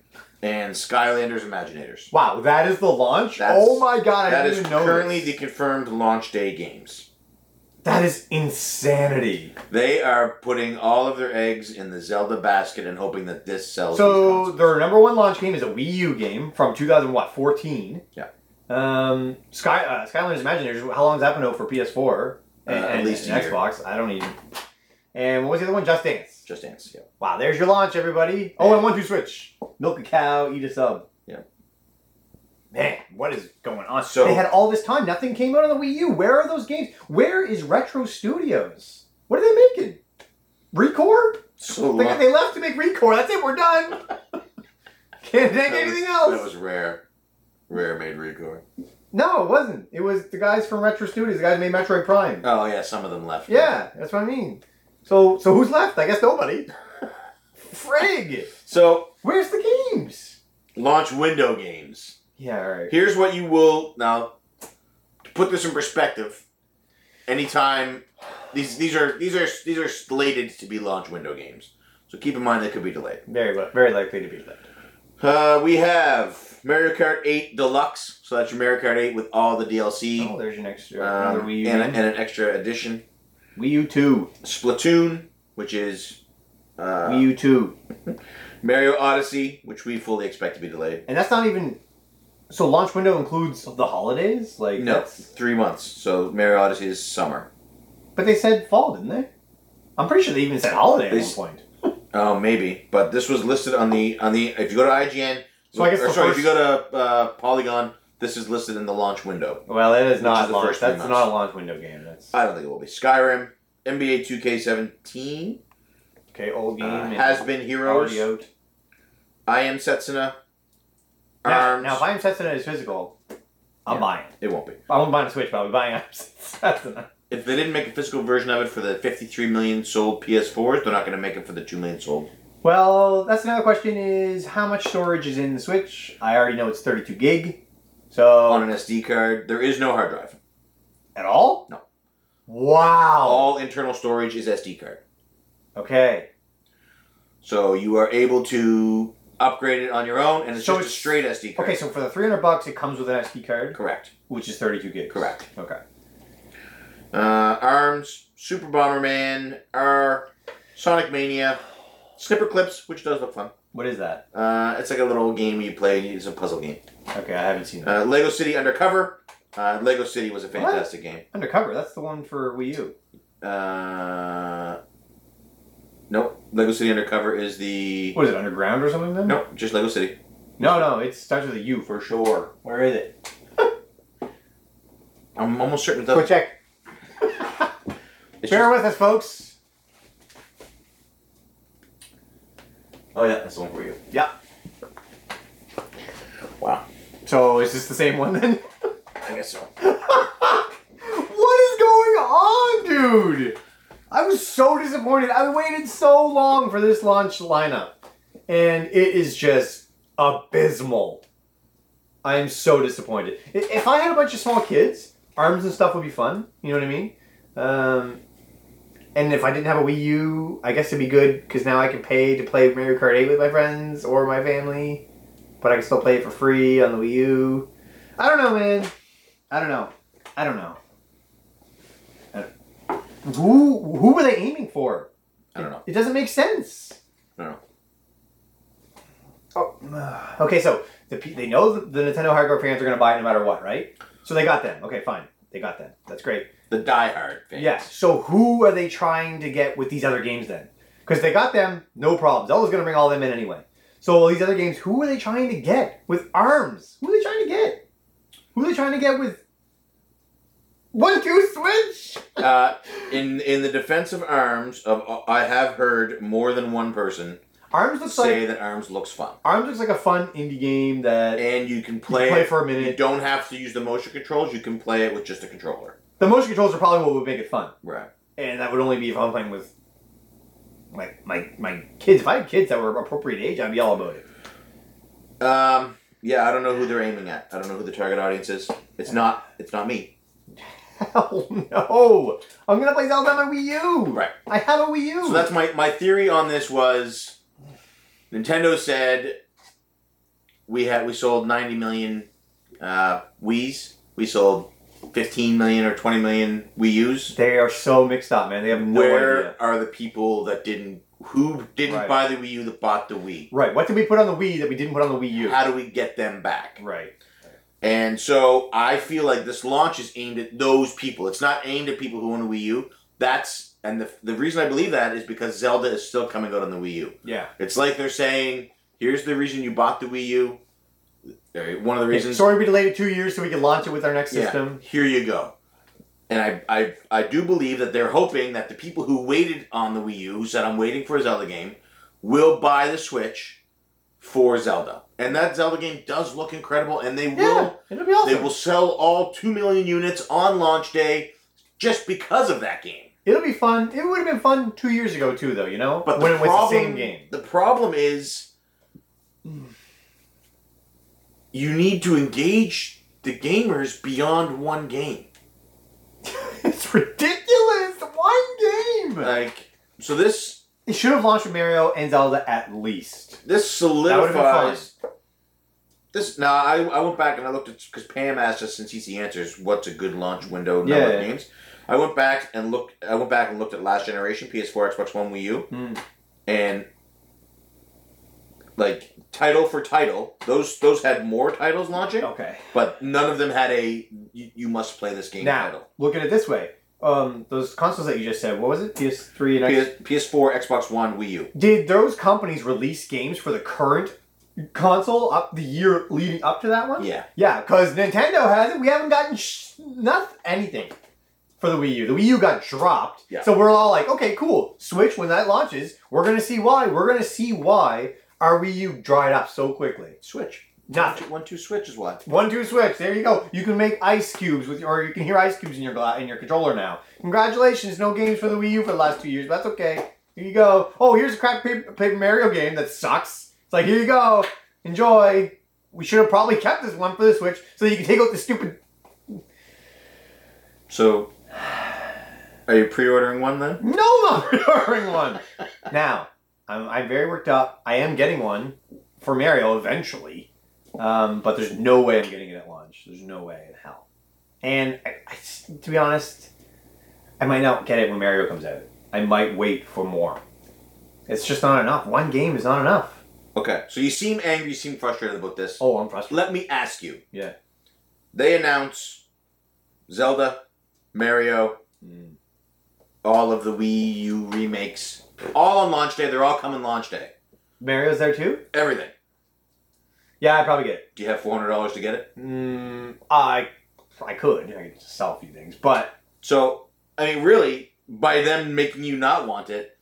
and Skylanders Imaginators.
Wow, that is the launch.
That's-
oh my god, I
That
didn't
is
even know.
currently
this.
the confirmed launch day games.
that is insanity.
They are putting all of their eggs in the Zelda basket and hoping that this sells. these
So
consoles.
their number one launch game is a Wii U game from 2014.
Yeah.
Um, Sky uh, Skylanders Imagineers. How long has that been out for PS4
Uh, at least a year.
Xbox? I don't even. And what was the other one? Just Dance.
Just Dance. Yeah.
Wow, there's your launch, everybody. Oh, and one, two, switch. Milk a cow, eat a sub.
Yeah.
Man, what is going on?
So-
they had all this time. Nothing came out on the Wii U. Where are those games? Where is Retro Studios? What are they making? Recore?
So
They,
long-
they left to make Recore. That's it. We're done. Can't make
that was-
anything else.
That was rare. Rare made Recore.
No, it wasn't. It was the guys from Retro Studios. The guys who made Metroid Prime.
Oh yeah, some of them left.
Yeah, that's what I mean. So, so who's left? I guess nobody. Frig,
So
where's the games?
launch window games.
Yeah, all right.
Here's what you will now to put this in perspective. Anytime these these are these are these are slated to be launch window games, so keep in mind they could be delayed.
Very, li- very likely to be left.
Uh, we have Mario Kart 8 Deluxe, so that's your Mario Kart 8 with all the DLC,
Oh, there's your next uh, another
um,
Wii U.
and, a-
game.
and an extra edition.
Wii U two,
Splatoon, which is uh,
Wii U two,
Mario Odyssey, which we fully expect to be delayed.
and that's not even. So launch window includes the holidays, like
No,
that's-
three months. So Mario Odyssey is summer.
But they said fall, didn't they? I'm pretty sure they even said holiday
They
at one
s-
point.
Oh, maybe. But this was listed on the on the. If you go to IGN,
So I guess
or
the
sorry,
first-
if you go to uh, Polygon, this is listed in the launch window.
Well, that is
not
not
is the launch-
launch.
first Uh, three
that's
that's months.
not
not
a launch window game. That's
I don't think it will be Skyrim, NBA 2K17,
okay. Old
uh,
game
Has Been Heroes,
already out.
I Am Setsuna,
Now,
Arms.
now, if I'm testing it as physical, I'm
Yeah.
buying it.
it won't be.
I won't buy a Switch, but I'll be buying apps. That's enough.
If they didn't make a physical version of it for the 53 million sold PS4s, they're not going to make it for the 2 million sold.
Well, that's another question is how much storage is in the Switch? I already know it's 32 gig. So,
On an SD card, there is no hard drive.
at all?
No.
Wow.
All internal storage is SD card. Oh.
Okay.
So you are able to upgrade it on your own, and it's
So
just a
it's-
straight SD card.
Okay, so for the 300 bucks, it comes with an SD card,
Correct.
which is 32 gigs.
Correct.
Okay.
Uh, Arms, Super Bomberman, R, Sonic Mania, Snipper Clips, which does look fun.
What is that?
Uh, it's like a little game you play. It's a puzzle game.
Okay, I haven't seen that.
Uh, Lego City Undercover. Uh, Lego City was a fantastic game.
Undercover, that's the one for Wii U.
Uh, nope. Lego City Undercover is the
What is it, Underground or something then?
nope. Just Lego City.
No, no, it starts with a U for sure. Where is it?
I'm almost certain
Go
that
check.
it's
Bear
just,
with us, folks.
Oh yeah, that's the one for you.
Yeah.
Wow.
So is this the same one then?
I guess so.
what is going on, dude? I was so disappointed. I waited so long for this launch lineup, and it is just abysmal. I am so disappointed. I- If I had a bunch of small kids, arms and stuff would be fun. You know what I mean? Um, and if I didn't have a Wii U, I guess it'd be good because now I can pay to play Mario Kart 8 with my friends or my family, but I can still play it for free on the Wii U. I don't know, man. I don't know. I don't know. I don't- Who who were they aiming for?
I don't know.
It doesn't make sense.
I don't know.
Oh, okay. So the, P- they know that the Nintendo hardcore fans are going to buy it no matter what, right? So they got them. Okay, fine. They got them. That's great.
The Die Hard. Fans.
Yeah. So who are they trying to get with these other games then? Because they got them, no problems. Zelda's going to bring all them in anyway. So all these other games, who are they trying to get with Arms? Who are they trying to get? Who are they trying to get with One Two Switch?
Uh, in in the defense of Arms, of I have heard more than one person
Arms looks like
say that Arms looks fun,
Arms looks like a fun indie game that
and you can
you play,
play. it-
for a
you
minute.
don't have to use the motion controls. You can play it with just a controller.
The motion controls are probably what would make it fun,
Right.
and that would only be if I'm playing with my my my kids. If I had kids that were appropriate age, I'd be all about it.
Um. Yeah, I don't know who they're aiming at. I don't know who the target audience is. It's not. It's not me.
Hell no! I'm gonna play Zelda on my Wii U.
Right.
I have a Wii U.
So that's my my theory on this was, Nintendo said, we had we sold ninety million, uh, Wii's. We sold fifteen million or twenty million Wii U's.
they are so mixed up, man. They have no
where
idea.
are the people that didn't who didn't
Right.
buy the Wii U that bought the Wii?
Right. What did we put on the Wii that we didn't put on the Wii U?
How do we get them back?
right.
And so I feel like this launch is aimed at those people. It's not aimed at people who own a Wii U. That's And the, the reason I believe that is because Zelda is still coming out on the Wii U.
Yeah.
It's like they're saying, here's the reason you bought the Wii U. Or One of the reasons.
Sorry, we delayed it two years so we could launch it with our next system.
Here you go. And I, I, I do believe that they're hoping that the people who waited on the Wii U, who said, I'm waiting for a Zelda game, will buy the Switch for Zelda. And that Zelda game does look incredible, and they
Yeah,
will
it'll be awesome.
they will sell all 2 million units on launch day just because of that game.
It'll be fun. It would have been fun two years ago too, though. You know,
But
when
the
it was
problem,
the same game.
The problem is you need to engage the gamers beyond one game.
it's ridiculous. One game.
Like so this
it should have launched with Mario and Zelda at least.
this
That would have been fun.
solidifies this now I, I went back and I looked at because Pam asked us in CC Answers what's a good launch window number
Yeah.
of games. I went back and looked I went back and looked at last generation, PS4, Xbox One, Wii U.
Hmm.
and like title for title, those those had more titles launching,
Okay.
but none of them had a you, you must play this game
Now,
title.
look at it this way. Um, those consoles that you just said, what was it? PS3 and X-
PS, PS4, Xbox One, Wii U.
Did those companies release games for the current console up the year leading up to that one?
Yeah,
Yeah, because Nintendo hasn't. We haven't gotten sh- nothing, anything for the Wii U. The Wii U got dropped.
Yeah.
So we're all like, okay, cool. Switch, when that launches, we're going to see why. We're going to see why our Wii U dried up so quickly.
Switch.
Nothing.
One, two, Switch is what.
One, two, switch. There you go. You can make ice cubes with, your, or you can hear ice cubes in your gla- in your controller now. Congratulations, no games for the Wii U for the last two years, but that's okay. Here you go. Oh, here's a crap paper, paper Mario game that sucks. It's like here you go, enjoy. We should have probably kept this one for the Switch so that you can take out the stupid.
So, are you pre-ordering one then?
No, I'm not ordering one. now, I'm, I'm very worked up. I am getting one for Mario eventually, um, but there's no way I'm getting it at launch. There's no way in hell. And I, I s- to be honest, I might not get it when Mario comes out. I might wait for more. It's just not enough. One game is not enough.
Okay. So you seem angry. You seem frustrated about this.
Oh, I'm frustrated.
Let me ask you.
Yeah.
They announce Zelda, Mario,
Mm.
all of the Wii U remakes, all on launch day. They're all coming launch day.
Mario's there too.
Everything.
Yeah, I probably get it.
Do you have four hundred dollars to get it?
Mm, I I could. I could sell a few things, but
So I mean, really, by them making you not want it,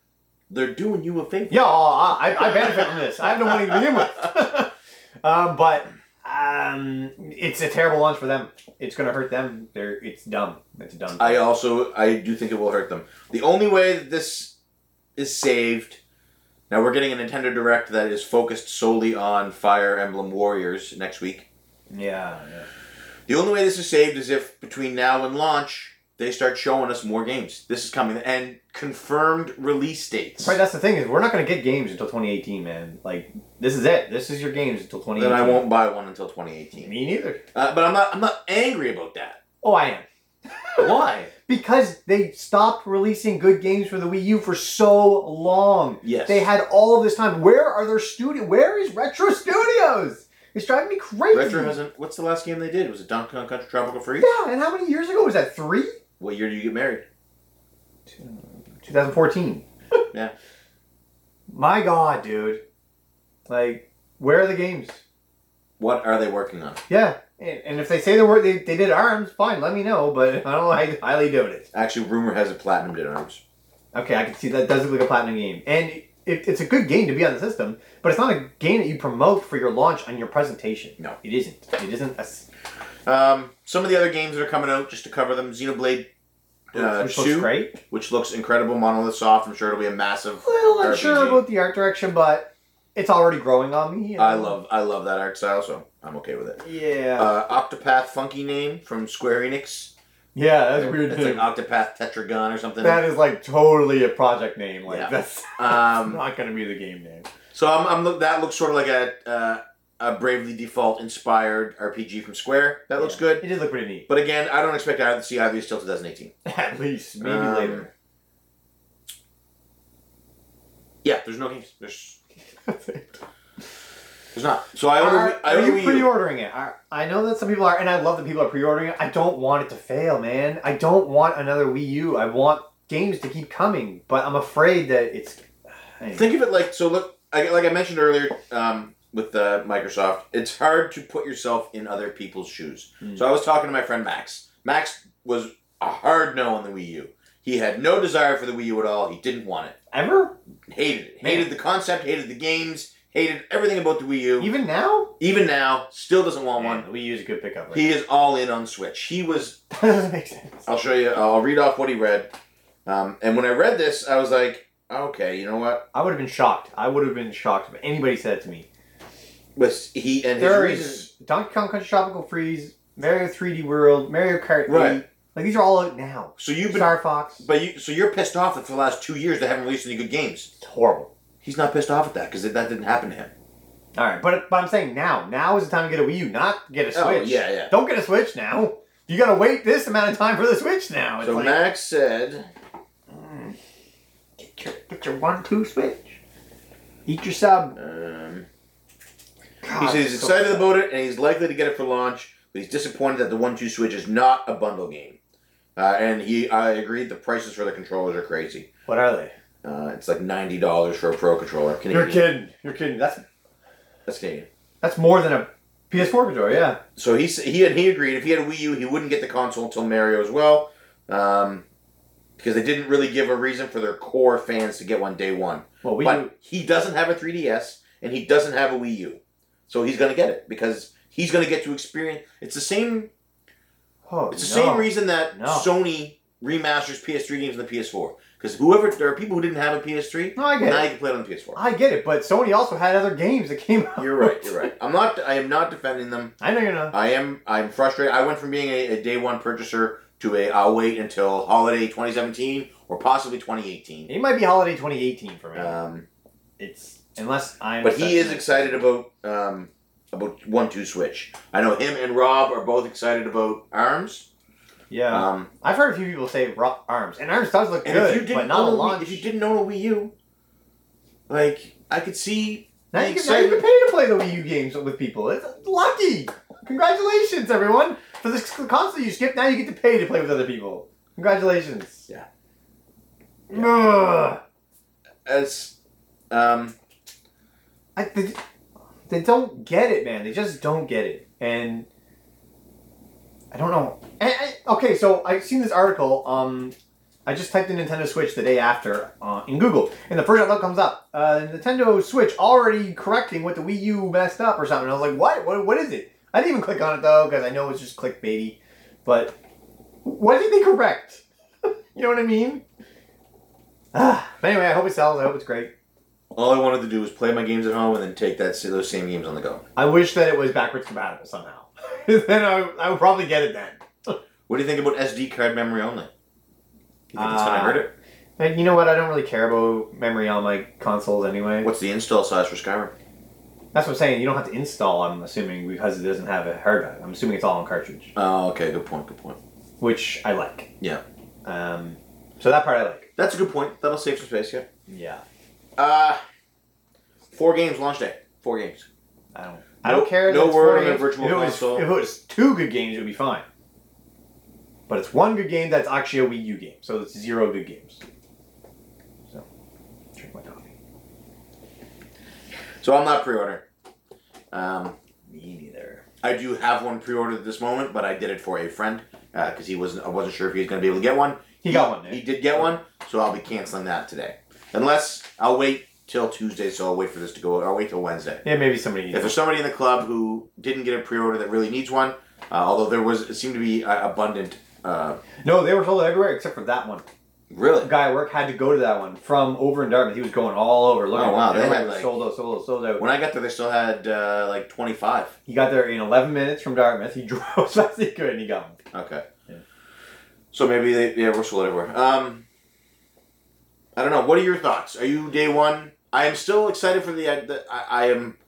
they're doing you a favor.
Yeah, oh, I, I benefit from this. I have no money to begin with. um, but um, it's a terrible launch for them. It's going to hurt them. They're, it's dumb. It's a dumb.
I also I do think it will hurt them. The only way that this is saved. Now we're getting a Nintendo Direct that is focused solely on Fire Emblem Warriors next week.
yeah, yeah.
The only way this is saved is if between now and launch they start showing us more games. This is coming and confirmed release dates.
Right, that's the thing is we're not going to get games until 2018, man. Like this is it. This is your games until 2018.
Then I won't buy one until 2018.
Me neither.
Uh, but I'm not. I'm not angry about that.
Oh, I am.
Why?
Because they stopped releasing good games for the Wii U for so long.
Yes.
They had all of this time. Where are their studio? Where is Retro Studios? It's driving me crazy.
Retro hasn't. What's the last game they did? Was it Donkey Kong Country Tropical Freeze?
yeah, and how many years ago was that? Three?
What year do you get married?
2014.
Yeah.
My God, dude. Like, where are the games?
What are they working on?
Yeah. And, and if they say the word they, they did arms, fine, let me know, but I don't I highly doubt it.
Actually, rumor has it Platinum did Arms.
Okay, I can see that does look like a platinum game. And it, it's a good game to be on the system, but it's not a game that you promote for your launch on your presentation.
No.
It isn't. It isn't a. s-
Um, some of the other games that are coming out, just to cover them, Xenoblade uh,
which looks
Two,
great.
which looks incredible, Monolith Soft. I'm sure it'll be a massive.
Well, I'm sure
RPG.
about the art direction, but it's already growing on me. you
I
know?
love, I love that art style, so I'm okay with it.
Yeah.
Uh, Octopath Funky Name from Square Enix.
yeah, that's a weird.
It's
too.
like Octopath Tetragon or something.
That is like totally a project name. Like
Yeah.
that's
um,
not going to be the game name.
So I'm, I'm look, that looks sort of like a uh, a Bravely Default inspired RPG from Square. That looks good.
It did look pretty neat.
But again, I don't expect either to see either of these till 2018.
At least maybe
Um,
later.
Yeah, there's no games. There's there's not. So I only
Are,
I
are
only
you pre-ordering it? Are, I know that some people are, and I love that people are pre-ordering it. I don't want it to fail, man. I don't want another Wii U. I want games to keep coming, but I'm afraid that it's. anyway.
Think of it like so. Look, I, like I mentioned earlier um, with uh, Microsoft, it's hard to put yourself in other people's shoes.
Mm.
So I was talking to my friend Max. Max was a hard no on the Wii U. He had no desire for the Wii U at all. He didn't want it.
Ever?
Hated it. Hated the concept. Hated the games. Hated everything about the Wii U. Even,
Even now?
now, still doesn't want one.
Man, we use a good pickup. Right?
He is all in on Switch. He was
that doesn't make sense.
I'll show you. I'll read off what he read. Um, and when I read this, I was like, okay, you know what?
I would have been shocked. I would have been shocked if anybody said it to me.
Was he and his
There is
reasons?
Donkey Kong Country Tropical Freeze, Mario 3D World, Mario Kart 8.
Right.
Like, these are all out now.
So you've been,
Star Fox.
but you, so you're pissed off that for the last two years they haven't released any good games.
It's horrible.
He's not pissed off at that because that didn't happen to him.
All right, but, but I'm saying now. Now is the time to get a Wii U, not get a Switch.
Oh, yeah, yeah.
Don't get a Switch now. You gotta wait this amount of time for the Switch now. It's
So
like,
Max said,
mm, get, your, get your one-two Switch. Eat your sub.
um,
God,
he says
Ah,
he's
it's so
excited
sad.
about it and he's likely to get it for launch, but he's disappointed that the one-two switch is not a bundle game. Uh, and he, I agreed, the prices for the controllers are crazy.
What are they?
Uh, it's like ninety dollars for a pro controller.
You're
Canadian.
kidding. You're kidding. That's
That's Canadian.
that's more than a PS4 controller. Yeah.
So he s- he and he agreed if he had a Wii U, he wouldn't get the console until Mario as well, um, because they didn't really give a reason for their core fans to get one day one.
Well, we
but he doesn't have a 3DS and he doesn't have a Wii U, so he's gonna get it because he's gonna get to experience. It's the same.
Oh,
It's the
no.
same reason that
No.
Sony remasters PS3 games on the PS4 because whoever there are people who didn't have a PS3
No, I get
now
it.
you can play it on the PS4.
I get it. But Sony also had other games that came out.
You're right. You're right. I'm not. I am not defending them.
I know you're not.
I am I'm frustrated. I went from being a, a day one purchaser to a I'll wait until holiday 2017 or possibly 2018.
It might be holiday 2018 for me.
Um,
it's unless I'm.
but he is
excited.
excited about um, about one two switch. I know him and Rob are both excited about arms.
Yeah.
Um,
I've heard a few people say ro- arms, and arms does look
and if you
good,
didn't
but not a
own
launch.
Wii- if you didn't own a Wii U, like I could see
now,
the
you can, now you can
excitement-
pay to play the Wii U games with people. It's lucky. Congratulations, everyone! For this console you skipped, now you get to pay to play with other people. Congratulations.
Yeah.
Ugh.
as um,
I, they, they don't get it, man. They just don't get it. And I don't know. And, and- okay, so I seen this article. Um, I just typed in Nintendo Switch the day after uh, in Google, and the first outlook comes up. Uh, Nintendo Switch already correcting what the Wii U messed up or something. I was like, what? What, what is it? I didn't even click on it though because I know it's just clickbaity. But what did they correct? you know what I mean? Ah, but anyway, I hope it sells. I hope it's great.
all I wanted to do was play my games at home and then take that those same games on the go.
I wish that it was backwards compatible somehow. then I, I would probably get it then.
What do you think about SD card memory only? You think it's
Uh,
gonna hurt it?
And you know what? I don't really care about memory on my consoles anyway.
What's the install size for Skyrim?
That's what I'm saying. You don't have to install. I'm assuming because it doesn't have a hard drive. I'm assuming it's all on cartridge,
Oh, okay, good point, good point.
which I like.
Yeah.
Um. So that part I like.
That's a good point. That'll save some space, yeah.
Yeah.
Uh, four games launch day. Four games.
I don't. I don't
Nope.
care.
No
that it's
word
four
on the
games.
virtual
if it was,
console.
If it was two good games, it would be fine. But it's one good game that's actually a Wii U game, so it's zero good games. So, drink my coffee.
So I'm not pre-ordering. Um,
Me neither.
I do have one pre-ordered at this moment, but I did it for a friend because he wasn't. I wasn't sure if he was going to be able to get one.
He got one. eh? Nick.
He did get one, so I'll be canceling that today. Unless I'll wait till Tuesday, so I'll wait for this to go. I'll wait till Wednesday.
Yeah, maybe somebody.
If there's somebody in the club who didn't get a pre-order that really needs one, uh, although there was it seemed to be uh, abundant. Uh,
No, they were sold everywhere except for that one. A
really?
guy at work had to go to that one from over in Dartmouth. He was going all over. Looking
Oh, wow,
for it.
they had,
Everybody was
like-
sold out, sold out, sold out.
When I got there, they still had uh, like 25.
He got there in 11 minutes from Dartmouth. He drove as fast as he could and he got one.
Okay.
Yeah.
So maybe they yeah we're sold everywhere. Um, I don't know. What are your thoughts? Are you day one? I am still excited for the. uh, the I, I am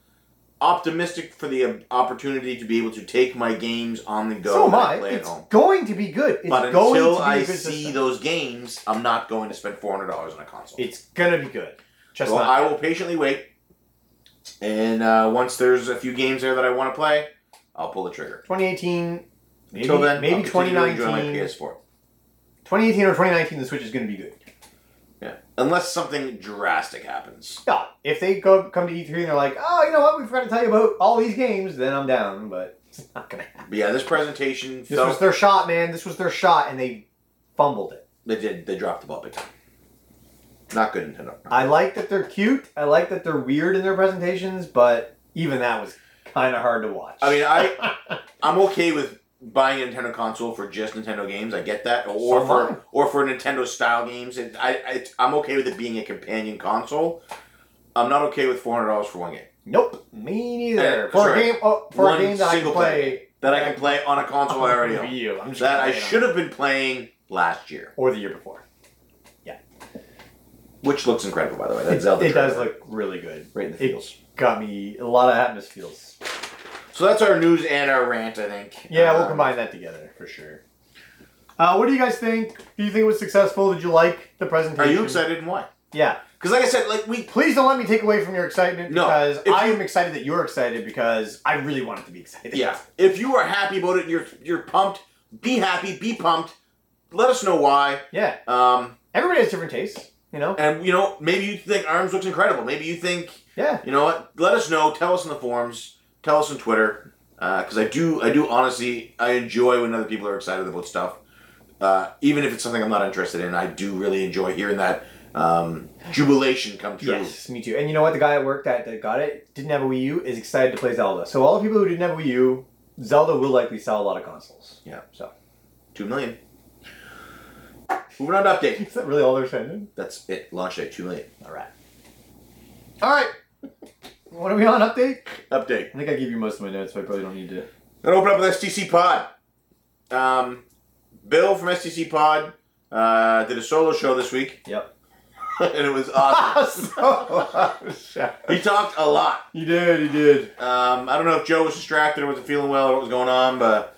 optimistic for the um, opportunity to be able to take my games on the go
so am
and
I.
play at
It's
home.
going to be good. It's
But
going
until
to be
I
a good
see
system.
those games, I'm not going to spend four hundred dollars on a console.
It's gonna be good. Just
So
not.
I will patiently wait. And uh, once there's a few games there that I want to play, I'll pull the trigger.
2018. Maybe,
Until then,
maybe
I'll continue to enjoy my
2019.
PS4.
2018 or 2019, the Switch is going to be good.
Yeah. Unless something drastic happens.
Yeah, if they go come to E3 and they're like, oh, you know what, we forgot to tell you about all these games, then I'm down. But it's not gonna happen.
But yeah, this presentation
This
felt
was their shot, man. This was their shot, and they fumbled it.
they did they dropped the ball big time. Not good Nintendo.
I like that they're cute. I like that they're weird in their presentations, but even that was kind of hard to watch.
I mean, I I'm okay with buying a Nintendo console for just Nintendo games. I get that, or
So am I.
for or for Nintendo style games. It, I, I I'm okay with it being a companion console. I'm not okay with four hundred dollars for one game
nope, me neither.
Yeah,
for
sure.
a game, oh, for
One
a game that I can
single
play
that I can play on a console I already own.
Review. I'm just
That I
gonna play it on-
should have been playing last year,
or the year before.
which looks incredible by the way. That
it,
Zelda
it does
trailer.
look really good.
right in the
it-
feels.
Got me a lot of atmospheres.
So that's our news and our rant. I think.
Yeah, we'll
Um,
combine that together for sure. Uh, what do you guys think? Do you think it was successful? Did you like the presentation?
Are you excited and why?
Yeah.
Because like I said, like we
Please don't let me take away from your excitement
No,
because
if
I
you-
am excited that you're excited because I really wanted to be excited.
Yeah. If you are happy about it, and you're you're pumped. Be happy. Be pumped. Let us know why.
Yeah.
Um,
Everybody has different tastes, you know?
and you know, maybe you think Arms looks incredible. Maybe you think
Yeah.
you know what. Let us know. Tell us in the forums. Tell us on Twitter. Because I do, I do honestly, I enjoy when other people are excited about stuff. Uh, even if it's something I'm not interested in, I do really enjoy hearing that um, jubilation come true.
Yes, me too. And you know what? The guy at work that, that got it didn't have a Wii U is excited to play Zelda. So all the people who didn't have a Wii U, Zelda will likely sell a lot of consoles.
Yeah.
So
Two million. Moving on to update.
is that really all they're sending?
That's it. Launch date. Two million.
All right. All right. What are we on update?
Update.
I think I give you most of my notes, so I probably don't need to.
Then open up with STC Pod. Um, Bill from STC Pod uh, did a solo show this week,
Yep. Ah,
and it was awesome. he talked a lot.
oh, you did, you did.
Um, I don't know if Joe was distracted or wasn't feeling well or what was going on, but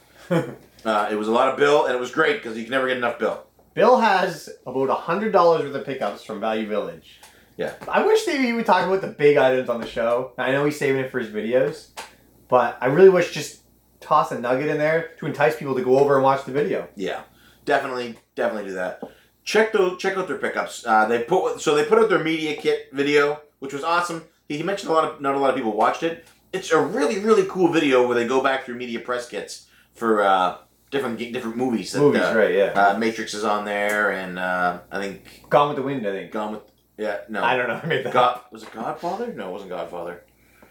uh, it was a lot of Bill, and it was great because you can never get enough Bill.
Bill has about a hundred dollars worth of pickups from Value Village.
Yeah.
I wish maybe he would talk about the big items on the show. I know he's saving it for his videos, but I really wish just toss a nugget in there to entice people to go over and watch the video.
Yeah, definitely, definitely do that. Check those. Check out their pickups. Uh, they put so they put out their media kit video, which was awesome. He, he mentioned a lot of not a lot of people watched it. It's a really really cool video where they go back through media press kits for uh, different ga- different movies. That,
Movies,
uh,
right? Yeah.
uh, Matrix is on there, and uh, I think
Gone with the Wind, I think.
Gone with yeah no
I don't know. I made that.
God was it Godfather? No, it wasn't Godfather.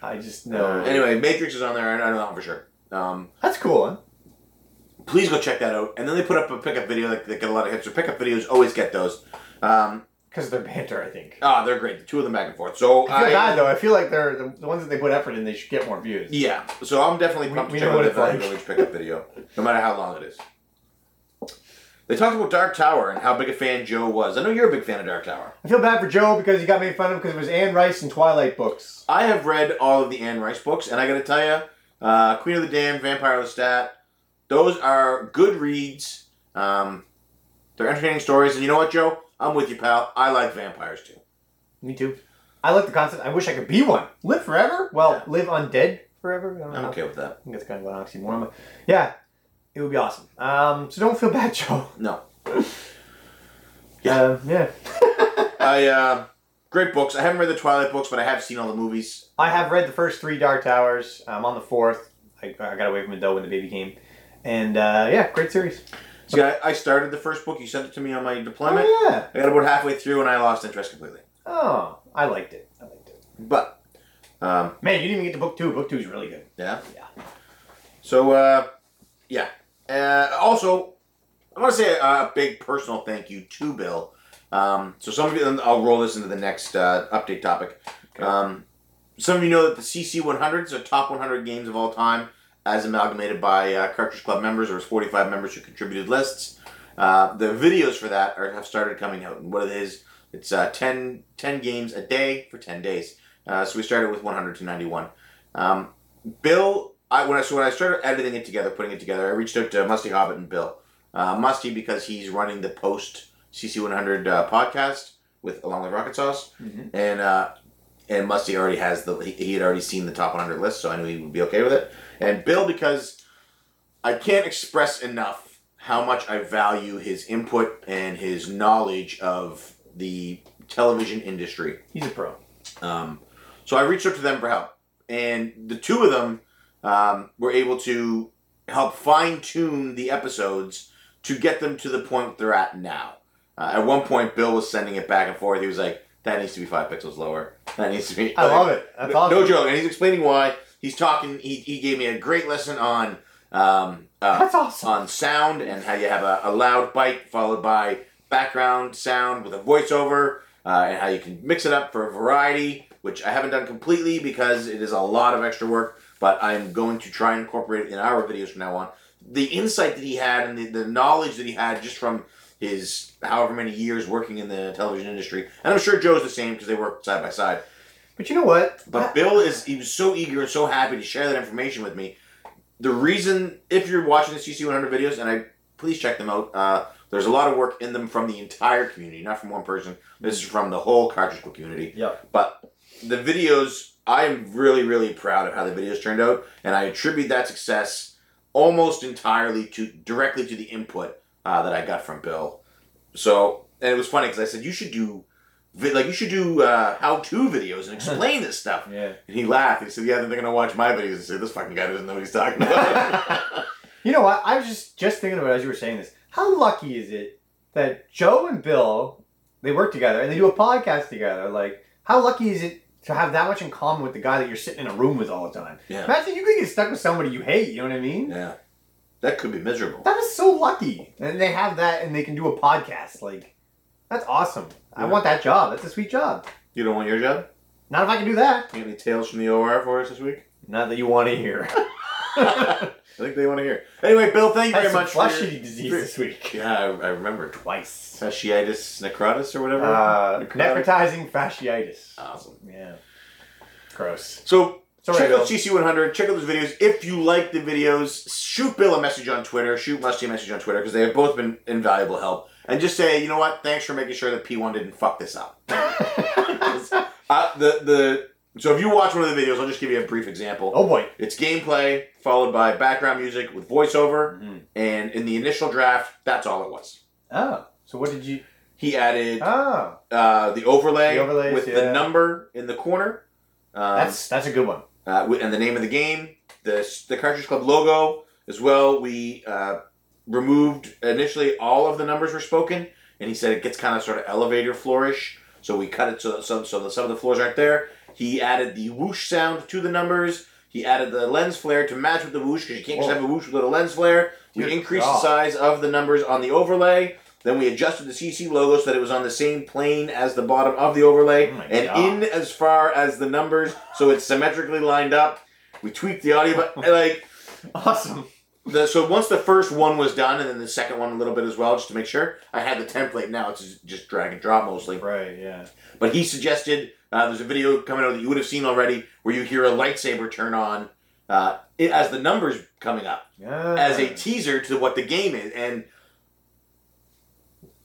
I just
Uh,
know.
anyway, Matrix is on there. I don't know for sure. Um,
That's cool. Huh?
please go check that out. And then they put up a pickup video like they get a lot of hits. So pickup videos always get those. Um,
Because they're banter, I think.
ah, they're great. The two of them back and forth. So
I feel bad
I,
though. I feel like they're the, the ones that they put effort in. They should get more views.
yeah. So I'm definitely
We-
pumped
we
to check
know what
out the
it's
Valley
like.
Village pickup video, no matter how long it is. They talked about Dark Tower and how big a fan Joe was. I know you're a big fan of Dark Tower.
I feel bad for Joe because he got made fun of because it was Anne Rice and Twilight books.
I have read all of the Anne Rice books, and I got to tell you, uh, Queen of the Dam, Vampire of the Stat, those are good reads. Um, they're entertaining stories, and you know what, Joe? I'm with you, pal. I like vampires too.
Me too. I like the concept. I wish I could be one. Live forever? Well,
Yeah.
live undead forever? I don't
I'm
know.
okay with that.
I think that's kind of an oxymoron. but Yeah, it would be awesome. Um, so don't feel bad, Joe.
No. Yeah.
Yeah. yeah.
I uh, great books. I haven't read the Twilight books, but I have seen all the movies.
I have read the first three Dark Towers. I'm on the fourth. I, I got away from it though when the baby came. And uh, yeah, great series.
See, I, I started the first book. You sent it to me on my deployment.
Oh, yeah.
I got about halfway through and I lost interest completely.
Oh, I liked it. I liked it.
But um,
Man, you didn't even get to book two. Book two is really good.
yeah,
Yeah.
So uh, yeah. Uh, also, I want to say a, a big personal thank you to Bill. Um, so some of you, and I'll roll this into the next uh, update topic.
Okay.
Um, some of you know that the CC 100s are top 100 games of all time, as amalgamated by uh, Cartridge Club members. There was 45 members who contributed lists. Uh, the videos for that are, have started coming out, and what it is, it's uh, 10, 10 games a day for 10 days. Uh, so we started with 100 to 91. Um, Bill, I when I so when I started editing it together, putting it together, I reached out to Musty Hobbit and Bill. Uh, Musty because he's running the post CC100 uh, podcast with along with Rocket Sauce,
Mhm.
and uh, and Musty already has the he he had already seen the top 100 list, so I knew he would be okay with it. And Bill because I can't express enough how much I value his input and his knowledge of the television industry.
He's a pro.
Um, so I reached out to them for help, and the two of them um, were able to help fine tune the episodes to get them to the point they're at now. Uh, at one point, Bill was sending it back and forth. He was like, "That needs to be five pixels lower. That needs to be."
I love it. That's awesome.
No joke, and he's explaining why. He's talking. He, he gave me a great lesson on um, uh,
That's awesome.
on sound and how you have a, a loud bite followed by background sound with a voiceover uh, and how you can mix it up for variety which i haven't done completely because it is a lot of extra work but i'm going to try and incorporate it in our videos from now on the insight that he had and the, the knowledge that he had just from his however many years working in the television industry and i'm sure joe's the same because they work side by side
But you know what?
but Bill is he was so eager and so happy to share that information with me. The reason if you're watching the CC100 videos and I please check them out. Uh, there's a lot of work in them from the entire community, not from one person. This is from the whole cartridge Bowl community.
Yep.
But the videos, I am really really proud of how the videos turned out, and I attribute that success almost entirely to directly to the input uh, that I got from Bill. So and it was funny because I said you should do. vi- Like you should do uh, how-to videos and explain this stuff.
Yeah.
And he laughed. He said, "Yeah, they're gonna watch my videos and say this fucking guy doesn't know what he's talking about."
You know what? I was just just thinking about it as you were saying this. How lucky is it that Joe and Bill they work together and they do a podcast together? Like, how lucky is it to have that much in common with the guy that you're sitting in a room with all the time?
Yeah.
Imagine you could get stuck with somebody you hate. You know what I mean?
yeah, that could be miserable.
That is so lucky, and they have that, and they can do a podcast. Like, that's awesome. I
Yeah.
want that job. That's a sweet job.
You don't want your job?
Not if I can do that.
You got any tales from the OR for us this week?
Not that you want to hear.
I think they want to hear. Anyway, Bill, thank you
Had
very
some
much. for
flesh
your-
eating disease this week.
Yeah, I, I remember
Twice.
fasciitis necrotis or whatever.
Uh,
Necrotic-
necrotizing fasciitis.
Awesome.
Yeah. Gross.
So
Sorry,
check
Bill.
out CC100. Check out those videos. If you like the videos, shoot Bill a message on Twitter. Shoot Musty a message on Twitter because they have both been invaluable help. And just say, you know what? Thanks for making sure that P1 didn't fuck this up. uh, the the so if you watch one of the videos, I'll just give you a brief example.
oh boy.
It's gameplay followed by background music with voiceover, and in the initial draft, that's all it was.
Oh. So what did you?
He added
Oh,
uh, the overlay
The overlays,
with
yeah.
the number in the corner. Um,
that's that's a good one.
uh, wi- and the name of the game, the the Cartridge Club logo as well. We uh, removed initially all of the numbers were spoken, and he said it gets kind of sort of elevator flourish. So we cut it so so, so the, some of the floors aren't there. He added the whoosh sound to the numbers. He added the lens flare to match with the whoosh because you can't
Whoa.
just have a whoosh without a lens flare. We
Good
increased
God.
the size of the numbers on the overlay. Then we adjusted the CC logo so that it was on the same plane as the bottom of the overlay
Oh my
and
God.
in as far as the numbers so it's symmetrically lined up. We tweaked the audio, but like
Awesome.
the, so once the first one was done, and then the second one a little bit as well, just to make sure. I had the template now; it's just- just drag and drop mostly.
Right. Yeah.
But he suggested uh, there's a video coming out that you would have seen already, where you hear a lightsaber turn on uh, it, as the numbers coming up
Yeah.
as a teaser to what the game is, and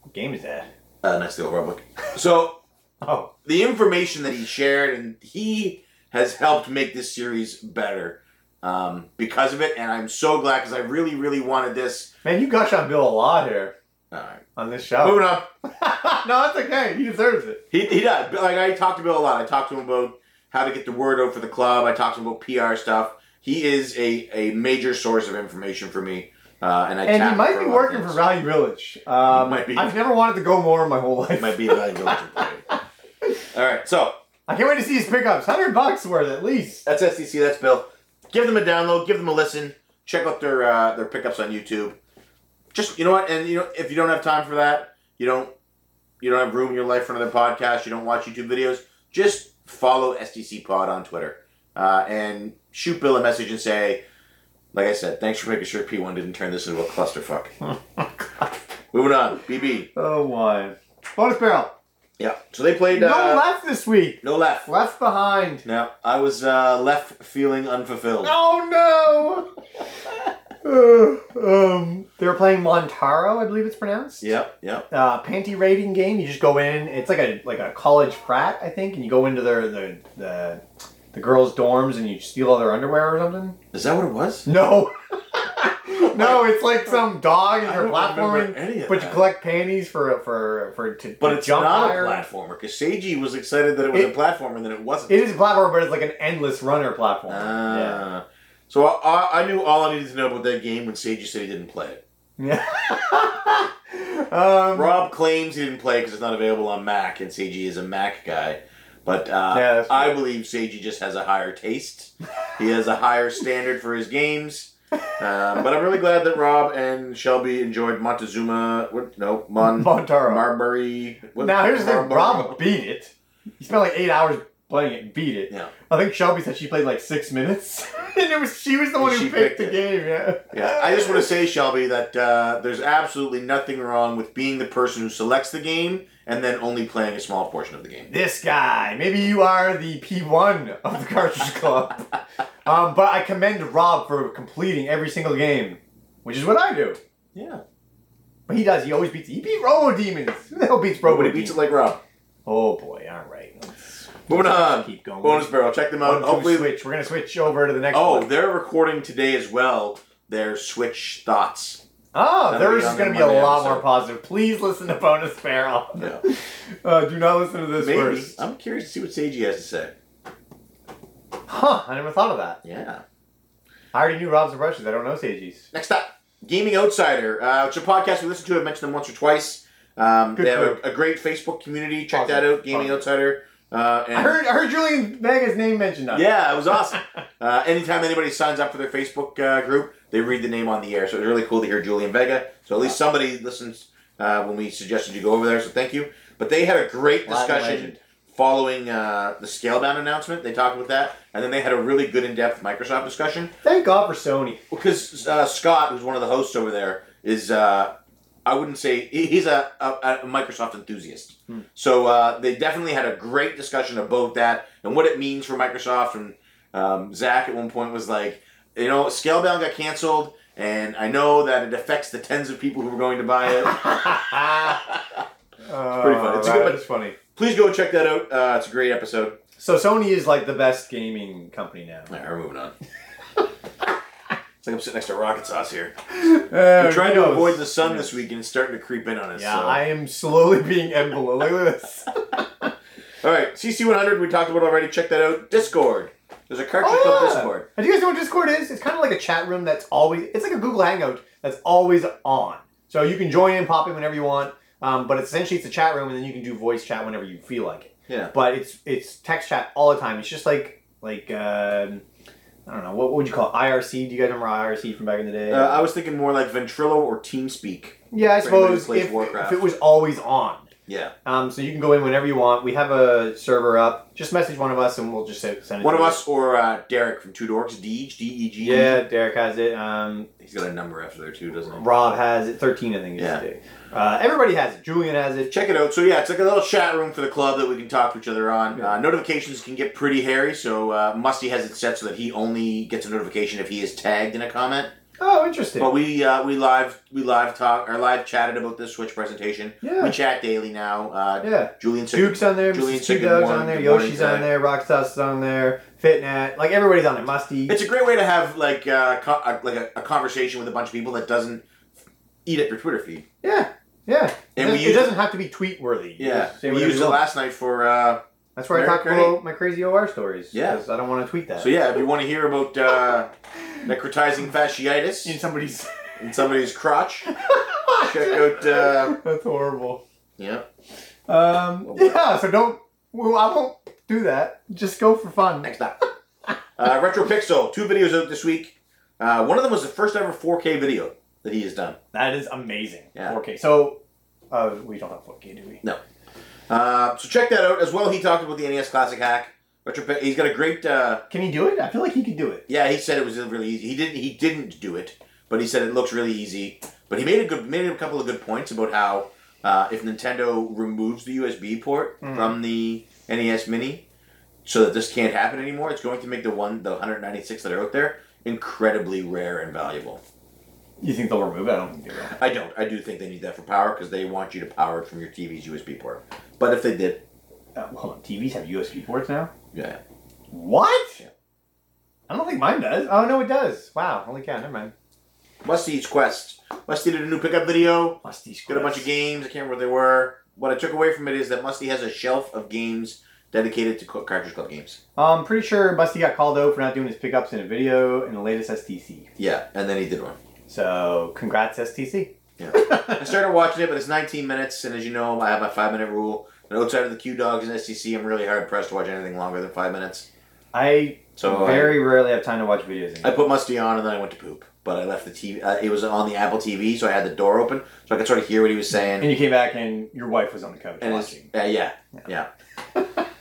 What game is that?
uh, that's the overall book. So
Oh.
the information that he shared and he has helped make this series better um, because of it and i'm so glad because i really really wanted this
Man, you gush on Bill a lot here
all right
on this show.
moving up
no, it's okay. He deserves it.
he, he does But, like i talked to bill a lot i talked to him about how to get the word out for the club i talked to him about pr stuff he is a, a major source of information for me uh, and I
And
tap
he
him
might
for a
be
lot of
working for
things.
Value Village. Um,
He might be.
I've never wanted to go more in my whole
it
life.
might be valuable all right so
I can't wait to see his pickups. Hundred bucks worth at least.
That's SDC. That's Bill. Give them a download. Give them a listen. Check out their uh, their pickups on YouTube. Just you know what, and you know if you don't have time for that, you don't you don't have room in your life for another podcast. You don't watch YouTube videos. Just follow SDC Pod on Twitter uh, and shoot Bill a message and say, like I said, thanks for making sure P one didn't turn this into a clusterfuck. Oh, Moving on, BB.
Oh my. Bonus barrel.
Yeah. So they played.
No
uh,
left this week.
No left.
Left behind.
Now I was uh, left feeling unfulfilled.
Oh no! Uh, um, they were playing Montaro, I believe it's pronounced.
Yep. Yep.
Uh, panty raiding game. You just go in. It's like a like a college frat, I think, and you go into their the the, the girls' dorms and you steal all their underwear or something.
Is that what it was?
No.
don't
No, it's like some dog and
I
you're
don't remember any
platforming,
of
but you
that.
collect panties for for for to
But
to
it's
jump
not
higher.
a platformer because Seiji was excited that it was
It-
a platformer and then it wasn't.
It is a platform, but it's like an endless runner platform. yeah.
Ah. So I, I, I knew all I needed to know about that game when Seiji said he didn't play it.
Yeah. um,
Rob claims he didn't play because it's not available on Mac, and Seiji is a Mac guy. But uh,
Yeah, that's
I believe Seiji just has a higher taste. he has a higher standard for his games. Um, but I'm really glad that Rob and Shelby enjoyed Montezuma. What, no, Mon
Montaro.
Marbury. what-
now here's the thing:
Marlboro.
Rob beat it. He spent like eight hours playing it, and beat it.
Yeah.
I think Shelby said she played like six minutes, and it was she was the
And
one who
she
picked,
picked
the
it.
game. Yeah.
Yeah, I just want to say, Shelby, that uh, there's absolutely nothing wrong with being the person who selects the game and then only playing a small portion of the game.
This guy. Maybe you are the P1 of the Cartridge Club. um, but I commend Rob for completing every single game, which is what I do.
Yeah,
But he does. He always beats. He beat Robo Demons. Who beats Robo
nobody beats it
Demons?
like Rob.
Oh boy! All right. Let's
Moving on.
keep going.
Bonus barrel. Check them
One,
out.
two,
Hopefully,
switch. We're gonna switch over to the next
oh,
one.
they're recording today as well. Their Switch thoughts.
Oh,
That'll
there
be
is
on
going to
the
be a
Monday
lot more
episode.
positive. Please listen to Bonus Barrel.
Yeah.
Uh, do not listen to this
Maybe.
first.
I'm curious to see what Seiji has to say.
Huh, I never thought of that.
Yeah.
I already knew Rob's impressions. I don't know Seiji's.
Next up, Gaming Outsider, uh, which is a podcast we listen to. I've mentioned them once or twice. Um,
Good
they have
group.
a, a great Facebook community. Check that
Awesome.
out, Gaming
Awesome.
Outsider. Uh, and
I heard I heard Julian Vega's name mentioned on it.
Yeah, it was awesome. uh, anytime anybody signs up for their Facebook uh, group, they read the name on the air. So it's really cool to hear Julian Vega. So at least somebody listens uh, when we suggested you go over there. So thank you. But they had a great
Latin
discussion
legend.
following uh, the Scalebound announcement. They talked about that, and then they had a really good in-depth Microsoft discussion
Thank God for Sony.
because uh, Scott, who's one of the hosts over there, is uh, I wouldn't say he- he's a, a, a Microsoft enthusiast.
Hmm.
So uh, they definitely had a great discussion about that and what it means for Microsoft. And um, Zach at one point was like, you know, Scalebound got canceled, and I know that it affects the tens of people who were going to buy it.
pretty
funny.
Oh,
It's a
that
good one.
is funny.
Please go check that out. Uh, it's a great episode.
So Sony is like the best gaming company now.
All right, we're moving on. it's like I'm sitting next to Rocket Sauce here.
Uh,
We're trying to
who
avoid
knows?
the sun
Who
this
knows?
week, and it's starting to creep in on us.
Yeah,
so.
I am slowly being enveloped. Look at this.
All right, CC100 we talked about already. Check that out. Discord. There's a cartridge
Oh,
club
yeah.
Discord.
And do you guys know what Discord is? It's kind of like a chat room that's always, it's like a Google Hangout that's always on. So you can join in, pop in whenever you want. Um, but essentially, it's a chat room, and then you can do voice chat whenever you feel like it.
Yeah.
But it's it's text chat all the time. It's just like like um, I don't know what, what would you call it? IRC? Do you guys remember IRC from back in the day?
Uh, I was thinking more like Ventrilo or TeamSpeak.
yeah, I
for anybody who
suppose
plays
if,
Warcraft.
if it was always on.
Yeah.
Um, so you can go in whenever you want. We have a server up. Just message one of us, and we'll just send it.
One
to
of
you.
us or uh, Derek from Two Dorks. Deej. D E G.
Yeah, Derek has it. Um,
He's got a number after there too, doesn't he?
Rob has it. 13, I think.
Yeah.
Yeah. Uh, everybody has it. Julian has it.
Check it out. So yeah, it's like a little chat room for the club that we can talk to each other on. Uh, notifications can get pretty hairy, so uh, Musty has it set so that he only gets a notification if he is tagged in a comment.
Oh, interesting.
But we uh, we live we live talk or live chatted about this Switch presentation.
yeah.
We chat daily now. Uh,
yeah.
Julian took
Duke's on there.
Julian
Mrs.
said
Two
good
Dogs
morning-
on there.
good morning
Yoshi's
today.
on there. Rockstas is on there. Fitnat. Like, everybody's on it. Musty.
It's a great way to have like uh, co- uh, like a, a conversation with a bunch of people that doesn't eat up your Twitter feed.
yeah. Yeah.
And
it,
we
it
use
doesn't have to be tweet worthy.
yeah, we used it last night for uh,
That's where I talk
Mercury.
about my crazy OR stories.
Yeah.
'cause I don't want to tweet that.
so yeah. If you want to hear about uh, necrotizing
In
fasciitis
somebody's.
in somebody's crotch, check out uh,
That's horrible.
yeah.
Um, yeah, so don't. Well, I won't do that. Just go for fun.
Next up, uh, Retro Pixel. Two videos out this week. Uh, one of them was the first ever 4K video that he has done.
That is amazing.
Yeah.
4K. So, uh, we don't have 4K, do we?
Uh, so check that out as well. He talked about the NES Classic hack. Retro. Pi- He's got a great. Uh,
Can he do it? I feel like he could do it.
Yeah, he said it was really easy. He didn't. He didn't do it, but he said it looks really easy. But he made a good, made a couple of good points about how uh, if Nintendo removes the USB port
Mhm.
from the NES Mini, so that this can't happen anymore, it's going to make the one, the 196 that are out there, incredibly rare and valuable.
You think they'll remove it? I don't think they will.
I don't. I do think they need that for power because they want you to power it from your TV's USB port. But if they did,
Uh, well, hold on. TVs have USB ports now.
yeah,
What? I don't think mine does. Oh no, it does. Wow. Holy cow! Never mind.
Must Eats Quest. Musty did a new pickup video.
Musty's
Got a bunch of games. I can't remember what they were. What I took away from it is that Musty has a shelf of games dedicated to Cl- Cartridge Club games.
I'm Um, pretty sure Musty got called out for not doing his pickups in a video in the latest STC.
Yeah, and then he did one.
So congrats STC.
Yeah. I started watching it, but it's 19 minutes, and as you know, I have my five minute rule. And outside of the Q Dogs and STC, I'm really hard pressed to watch anything longer than five minutes.
I
So I,
very rarely have time to watch videos.
I
Anymore.
put Musty on, and then I went to poop. But I left the TV. Uh, it was on the Apple TV, so I had the door open, so I could sort of hear what he was saying.
And you came back and your wife was on the couch
And it's,
watching.
uh, yeah, yeah.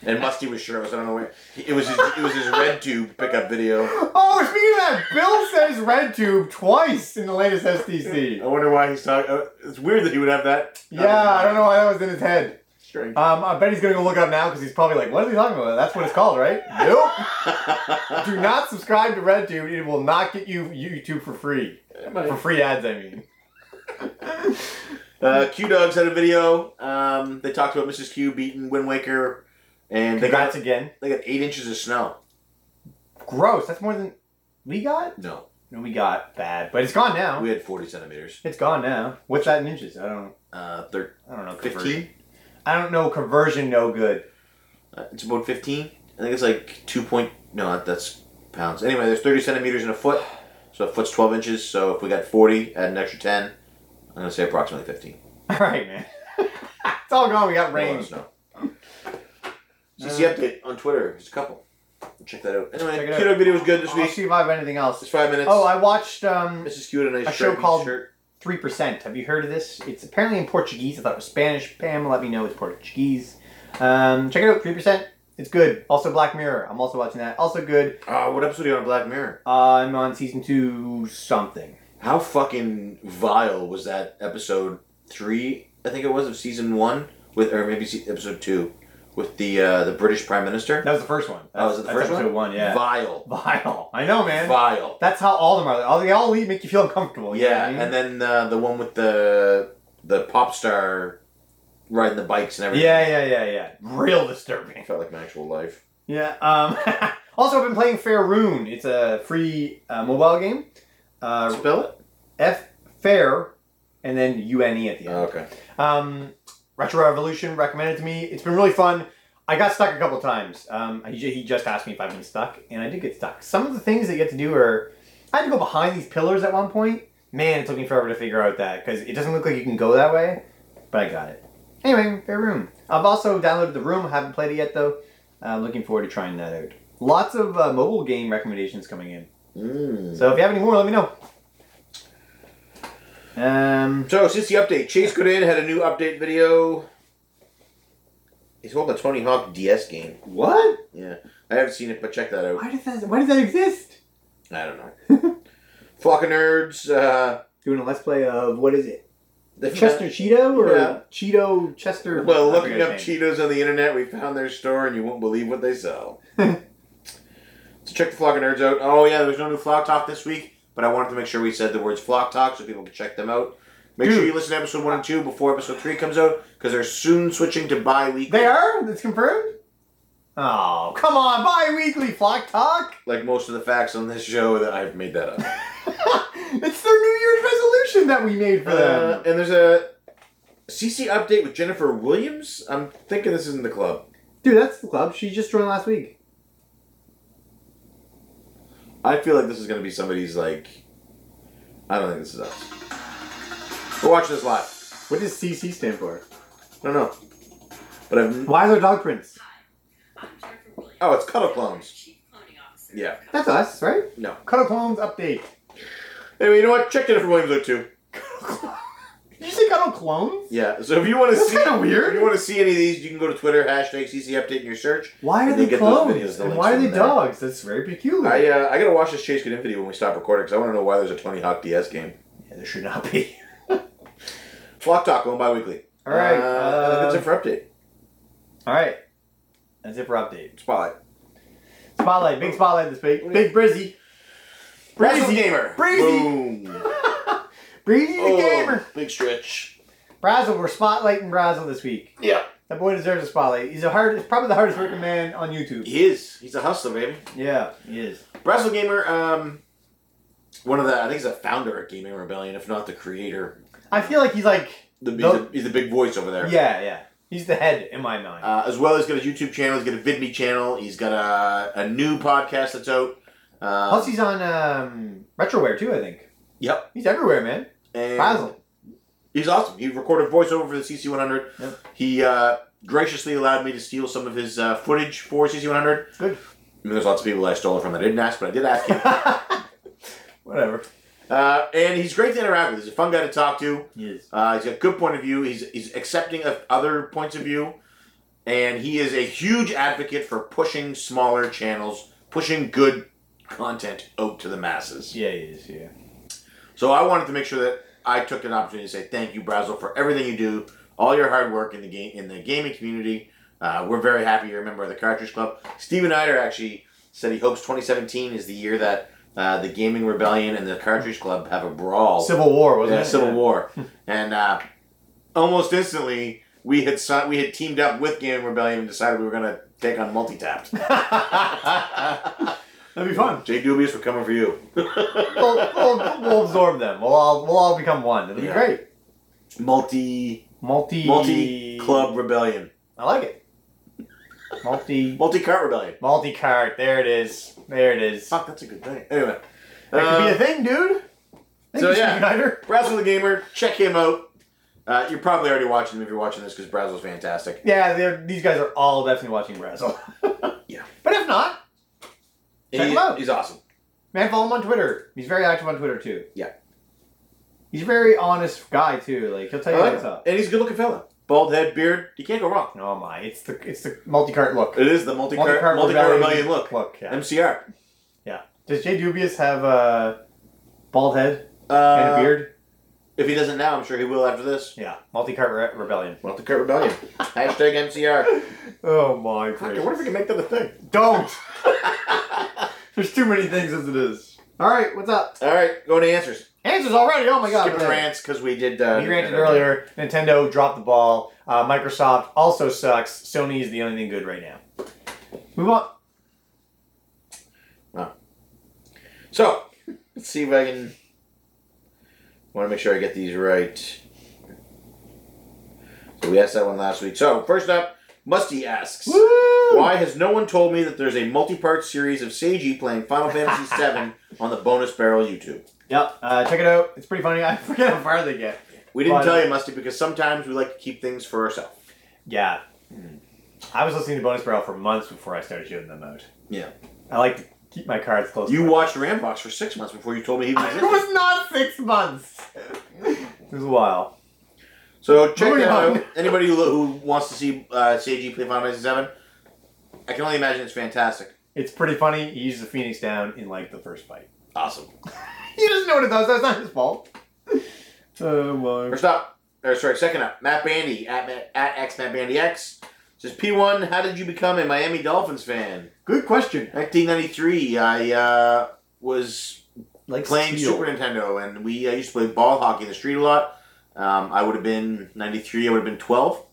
and Musty was sure. I don't know where it was. His, it was his red tube pickup video.
Oh, speaking of that, Bill says RedTube twice in the latest STC.
I wonder why he's talking. Uh, it's weird that he would have that.
Yeah, I don't know why that was in his head.
Strange.
Um, I bet he's gonna go look it up now because he's probably like, "What are they talking about? That's what it's called, right?" Nope. Do not subscribe to RedTube. It will not get you YouTube for free. For free ads, I mean.
Uh, Q Dogs had a video. Um, they talked about Mrs. Q beating Wind Waker, and they
Congrats
got
again.
they got eight inches of snow.
Gross. That's more than we got.
No,
No, we got bad, but it's gone now.
we had forty centimeters.
It's gone now. What's that in inches? I don't.
Uh, thir-
I don't know. Conversion.
fifteen.
I don't know. Conversion, no good.
Uh, it's about fifteen. I think it's like two point. No, that's pounds. Anyway, there's thirty centimeters in a foot, so a foot's twelve inches. So if we got forty, add an extra ten. I'm gonna say approximately fifteen.
All right, man. it's all gone. We got rain.
Snow.
Uh,
CC update on Twitter. There's a couple. Check that out.
Check
Anyway,
it out.
Q Dog video was good this
I'll
week.
see if I have anything else.
It's five minutes.
Oh, I watched um,
Mrs. Q had a nice
a show
stripy
called
shirt.
Three Percent. Have you heard of this? It's apparently in Portuguese. I thought it was Spanish. Pam, let me know it's Portuguese. Um, check it out. Three Percent. It's good. Also, Black Mirror. I'm also watching that. Also good.
Uh, what episode are you on Black Mirror?
Uh, I'm on season two something.
How fucking vile was that episode three? I think it was of season one with, or maybe se- episode two, with the uh, the British Prime Minister.
That was the first one.
Oh, was it the
That's
first one?
episode one? Yeah.
Vile,
Vile. I know, man. Oh,
vile.
That's how all of them are. All- They all leave- make you feel uncomfortable. you know what
Yeah,
I mean?
and then uh, the one with the the pop star riding the bikes and everything.
yeah, yeah, yeah, yeah. Real
It
disturbing.
felt like my actual life.
Yeah. Um, also, I've been playing Faerun. It's a free uh, mobile game. Uh,
Spell it.
F Fair, and then U N E at the end.
Oh, okay.
Um, Retro Revolution recommended to me. It's been really fun. I got stuck a couple times. Um, I, ju- he just asked me if I've been stuck, and I did get stuck. Some of the things that you have to do are, I had to go behind these pillars at one point. Man, it took me forever to figure out that because it doesn't look like you can go that way, but I got it. Anyway, fair room. I've also downloaded the room. Haven't played it yet though. Uh, looking forward to trying that out. Lots of uh, mobile game recommendations coming in.
Mm.
So if you have any more, let me know. Um,
So since the update, Chase Goodin had a new update video. He's holding a Tony Hawk DS game.
what?
Yeah, I haven't seen it, but check that out.
Why does that? Why does that exist?
I don't know. Flock of Nerds, uh,
Doing a let's play of what is it?
the
Chester Cheeto or
Yeah.
Cheeto Chester?
Well,
I
looking
forget
up
his name.
Cheetos on the internet, we found their store, and you won't believe what they sell. so check the Flock of Nerds out. Oh yeah, there was no new Flock Talk this week, but I wanted to make sure we said the words Flock Talk so people can check them out. Make sure
Dude.
you listen to episode one and two before episode three comes out because they're soon switching to bi-weekly.
They are. That's confirmed. Oh, come on! Bi-weekly flock talk.
like most of the facts on this show that I've made that up.
it's their New Year's resolution that we made for
Uh,
them.
and there's a CC update with Jennifer Williams. I'm thinking this is in the club.
Dude, that's the club. She just joined last week.
I feel like this is going to be somebody's like. I don't think this is us. We're watching this live.
What does CC stand for?
I don't know, but I've
Why is there dog prints?
Oh, it's Cuddle Clones. Yeah.
That's us, right?
no.
Cuddle clones update.
Anyway, you know what? Check Jennifer Williams out too.
Did you say cuddle clones?
Yeah. So if you want to
That's
see,
kinda weird.
If you want to see any of these, you can go to Twitter hashtag CC update in your search.
Why are
And you'll
they
get those
clones?
videos, the
and
links
why are
in
they
there.
dogs? That's very peculiar.
I uh, I gotta watch this Chase Good video when we stop recording because I want to know why there's a Tony Hawk DS game.
yeah, there should not be.
Flock Talk going bi-weekly.
All right.
Uh, I think that's it for update.
all right. That's it for update.
Spotlight.
Spotlight, big spotlight this week. Big Brizzy.
Brazzle gamer.
Breezy.
Boom.
Breezy the
Oh,
gamer.
Big stretch.
Brazzle, we're spotlighting Brazzle this week.
Yeah.
That boy deserves a spotlight. He's the hardest, probably the hardest working man on YouTube.
He is. He's a hustler, baby.
Yeah, he is.
Brazzle gamer. Um, one of the I think he's a founder at Gaming Rebellion, if not the creator.
I feel like he's like,
The, he's,
Nope.
a, he's a big voice over there.
yeah, yeah. He's the head in my mind.
Uh, as well, he's got a YouTube channel. He's got a VidMe channel. He's got a, a new podcast that's out. Uh,
Plus, he's on um, Retroware too. I think.
Yep.
He's everywhere, man.
and
Basil.
He's awesome. He recorded voiceover for the CC100.
Yep.
He uh, graciously allowed me to steal some of his uh, footage for CC100.
Good.
I mean, there's lots of people I stole it from that I didn't ask, but I did ask him.
Whatever.
uh, and he's great to interact with. He's a fun guy to talk to.
He is.
Uh, he's got good point of view. He's he's accepting of other points of view, and he is a huge advocate for pushing smaller channels, pushing good content out to the masses.
Yeah, he is. Yeah.
So I wanted to make sure that I took an opportunity to say thank you, Brazel, for everything you do, all your hard work in the game in the gaming community. Uh, we're very happy you're a member of the Cartridge Club. Steven Eider actually said he hopes 2017 is the year that uh, the Gaming Rebellion and the Cartridge Club have a brawl.
Civil War wasn't
Oh. Yeah,
it?
Civil War, and uh, almost instantly we had si- we had teamed up with Gaming Rebellion and decided we were gonna take on Multitapped.
That'd be fun.
Jay Dubious, we're coming for you.
We'll, we'll, we'll absorb them. We'll all we'll all become one. It'll be
Yeah.
great.
Multi
Multi
Multi Club Rebellion,
I like it. Multi
Multi Cart Rebellion.
multi cart. There it is. There it is. That
Fuck, that's a good thing. Anyway,
could be
uh,
a thing, dude. Thank
so
you,
yeah.
Schneider.
Brazzle the Gamer, check him out. Uh, you're probably already watching him if you're watching this because Brazzle's fantastic.
Yeah, they're- these guys are all definitely watching Brazil.
Yeah.
But if not, Check
He-
him out.
He's awesome.
man, follow him on Twitter. He's very active on Twitter too.
Yeah.
He's a very honest guy too. Like he'll tell you what's up.
Uh, and he's a good looking fella. Bald head, beard. You can't go wrong.
Oh my, it's the it's the multi cart look.
It is the multi cart
Multi-cart
multi cart rebellion look.
Look, yeah.
MCR.
Does Jay Dubious have a bald head and a
Uh,
beard?
If he doesn't now, I'm sure he will after this.
Yeah, multi-cart re- rebellion.
Multi cart rebellion. Hashtag MCR.
Oh my
Fuck, I wonder if we can make that a thing.
Don't. There's too many things as it is. All right, what's up?
All right, going to answers.
Answers already. Oh my god.
Skipping rants because we did. Uh,
We ranted earlier. Nintendo dropped the ball. Uh, Microsoft also sucks. Sony is the only thing good right now. Move on.
So let's see if I can. Want to make sure I get these right. So we asked that one last week. So first up, Musty asks.
Woo!
Why has no one told me that there's a multi-part series of Seiji playing Final Fantasy VII on the Bonus Barrel YouTube?
Yep. Uh, check it out. It's pretty funny. I forget how far they get.
We didn't
But-
tell you, Musty, because sometimes we like to keep things for ourselves.
Yeah. Hmm. I was listening to Bonus Barrel for months before I started shooting them out.
Yeah.
I like to keep my cards close.
You
to my-
watched Rambox for six months before you told me he was
It
existed.
was not six months. It was a while.
So check
Moving
that
on.
out. Anybody who, who wants to see uh, Seiji play Final Fantasy VII, I can only imagine it's fantastic.
It's pretty funny. He uses the Phoenix down in like the first fight.
Awesome.
He doesn't know what it does. That's not his fault. Oh my.
First up, or sorry, second up, Matt Bandy at Ma- at X Matt Bandy X says P1. How did you become a Miami Dolphins fan?
Good question.
1993. I uh, was
Like
playing
steel.
Super Nintendo, and we uh, used to play ball hockey in the street a lot. Um, I would have been 93, I would have been 12.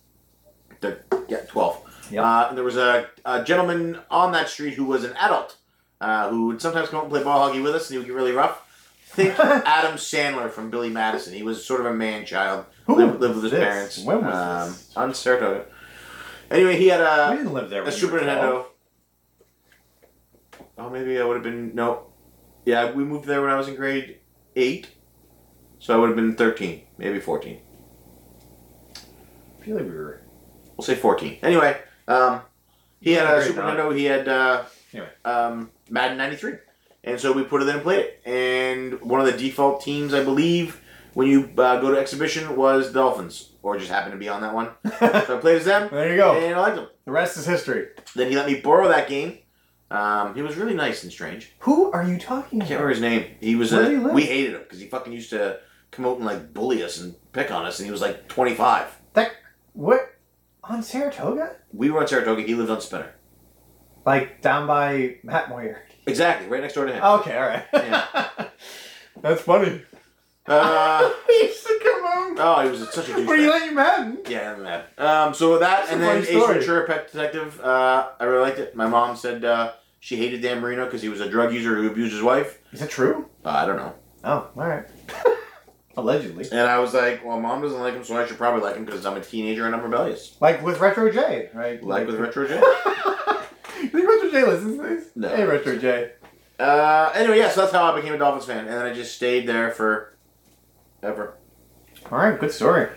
The- yeah, 12.
Yep.
Uh, and there was a, a gentleman on that street who was an adult uh, who would sometimes come out and play ball hockey with us, and he would get really rough. Think Adam Sandler from Billy Madison. He was sort of a man child.
Who
lived, lived with
was
his
this?
parents.
When was
um,
this?
Uncertain. Anyway, he had a
we didn't live there.
a
when you
Super
were
Nintendo.
twelve.
Oh, maybe I would have been no. Yeah, we moved there when I was in grade eight, so I would have been thirteen, maybe fourteen.
I feel like we were.
We'll say fourteen. Anyway, um, he had a
Grade
Super
nine.
Nintendo. He had uh,
Anyway.
um, Madden '93, and so we put it in and played it. And one of the default teams, I believe, when you uh, go to exhibition, was Dolphins, or just happened to be on that one. so I played as them,
there you go.
and I liked them.
The rest is history.
Then he let me borrow that game. Um, he was really nice and strange.
Who are you talking
I can't remember his name. He was
Where did
a.
he live?
We hated him because he fucking used to come out and like bully us and pick on us, and he was like 25.
That what on Saratoga?
We were on Saratoga. He lived on Spinner.
Like down by Matt Moyer.
Exactly, right next door to him.
Okay, all right. That's funny.
Uh,
he used to come home.
oh, he was such a douchebag.
Were Oh. you letting Madden?
yeah, I'm mad. Um, so that
That's
and
a
then
funny
Ace
story.
Ventura, Pet Detective. Uh, I really liked it. My mom said uh, She hated Dan Marino because he was a drug user who abused his wife.
Is that true?
Uh, I don't know.
Oh, all right. Allegedly.
And I was like, well, mom doesn't like him, so I should probably like him because I'm a teenager and I'm rebellious.
Like with Retro J, right?
Like with Retro J.
You think Retro J listens to this?
No.
Hey, Retro J.
Uh, anyway, yeah, so that's how I became a Dolphins fan, and then I just stayed there for ever.
All right, good story.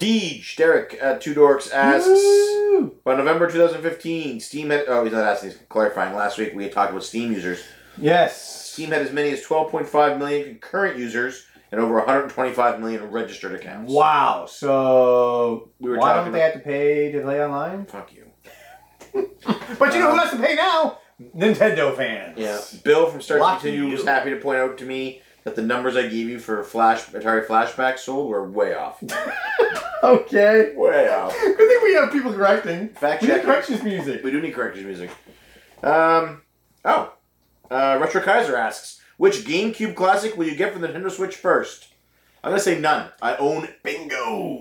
Deej Derek at Two Dorks asks.
Woo!
By November 2015, Steam had. Oh, he's not asking, he's clarifying. Last week we had talked about Steam users.
Yes.
Steam had as many as 12.5 million concurrent users and over 125 million registered accounts.
Wow. So
We were
why don't
talking
they have to pay to play online?
Fuck you.
But you know who
Um,
has to pay now? Nintendo fans.
Yeah. Bill from Start
Lucky
to Continue was
you.
happy to point out to me that the numbers I gave you for Flash Atari Flashback sold were way off.
Okay.
way off.
Good thing we have people correcting.
Fact
We need
check.
corrections music.
We do need corrected music. Um, oh. Uh, Retro Kaiser asks, which GameCube classic will you get for the Nintendo Switch first? I'm gonna say none. I own Bingo.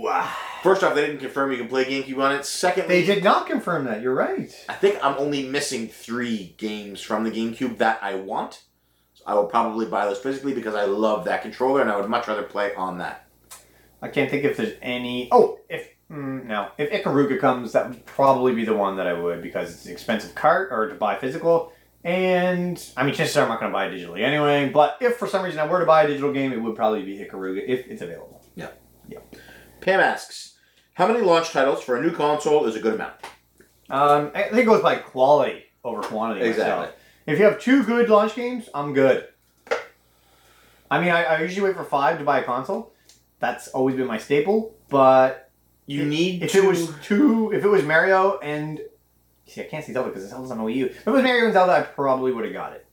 First off, they didn't confirm you can play GameCube on it. Secondly,
They did not confirm that. You're right.
I think I'm only missing three games from the GameCube that I want. So I will probably buy those physically because I love that controller and I would much rather play on that.
I can't think if there's any. Oh, if mm, no, if Ikaruga comes, that would probably be the one that I would because it's an expensive cart or to buy physical. And I mean, chances are I'm not going to buy it digitally anyway. But if for some reason I were to buy a digital game, it would probably be Ikaruga if it's available.
Pam asks, how many launch titles for a new console is a good amount?
Um, I think it goes by quality over quantity.
Exactly.
myself. If you have two good launch games, I'm good. I mean, I, I usually wait for five to buy a console. That's always been my staple. But
You
If-
need
if
to.
it was two, if it was Mario and see, I can't see Zelda because Zelda's on the Wii U. If it was Mario and Zelda, I probably would have got it.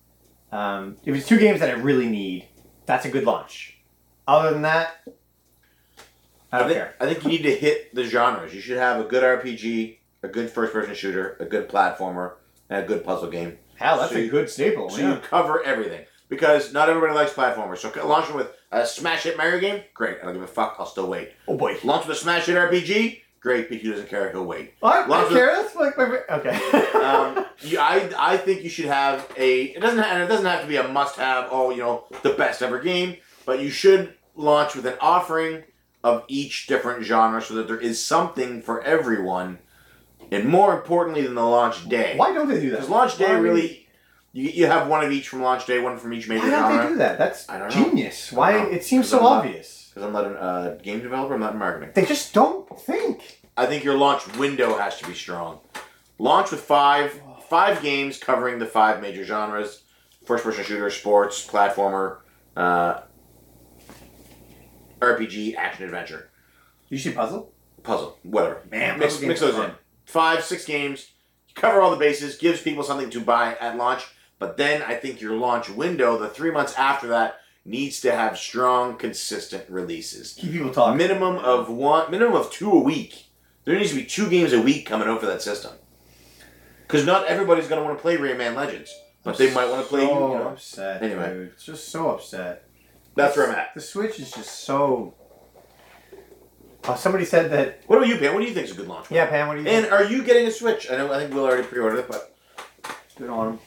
Um, if it's two games that I really need, that's a good launch. Other than that, I don't
think,
care.
I think you need to hit the genres. You should have a good RPG, a good first-person shooter, a good platformer, and a good puzzle game.
Hell, that's
so
a
you-
good staple.
So
Oh, yeah.
you cover everything because not everybody likes platformers. So launch them with a smash hit Mario game. Great, I don't give a fuck. I'll still wait.
oh boy,
Launch with a smash hit RPG. Great, BQ doesn't care. He'll wait.
I, I
Lots of-
care. That's like my fa- okay.
Um, you, I I think you should have a. It doesn't and it doesn't have to be a must have. Oh, you know the best ever game, but you should launch with an offering of each different genre so that there is something for everyone. And more importantly than the launch day,
Why don't they do that?
because launch day
Why-
really, you, you have one of each from launch day, one from each major
Why don't they
genre.
do that? That's
I don't know.
genius.
I don't
Why
know.
it seems so
Because I'm not-
obvious?
Because I'm not a uh, game developer, I'm not in marketing.
They just don't think.
I think your launch window has to be strong. Launch with five five games covering the five major genres: first person shooter, sports, platformer, uh, RPG, action adventure,
You see puzzle.
puzzle, whatever.
Man,
mix,
puzzle games
mix
are
those
fun.
in. Five six games. Cover all the bases. Gives people something to buy at launch. But then I think your launch window, the three months after that, needs to have strong, consistent releases
Keep people
a
talking.
minimum of one, minimum of two a week. There needs to be two games a week coming out for that system. Because not everybody's going to want to play Rayman Legends, but they might want to play.
so
you know.
upset.
Anyway.
dude. it's just so upset.
That's where I'm at.
The Switch is just so. Oh, somebody said that.
What about you, Pam? What do you think is a good launch?
Yeah, Pam. What do you
And
think?
are you getting a Switch? I know. I think Will already pre-ordered it, but
Good on. 'em.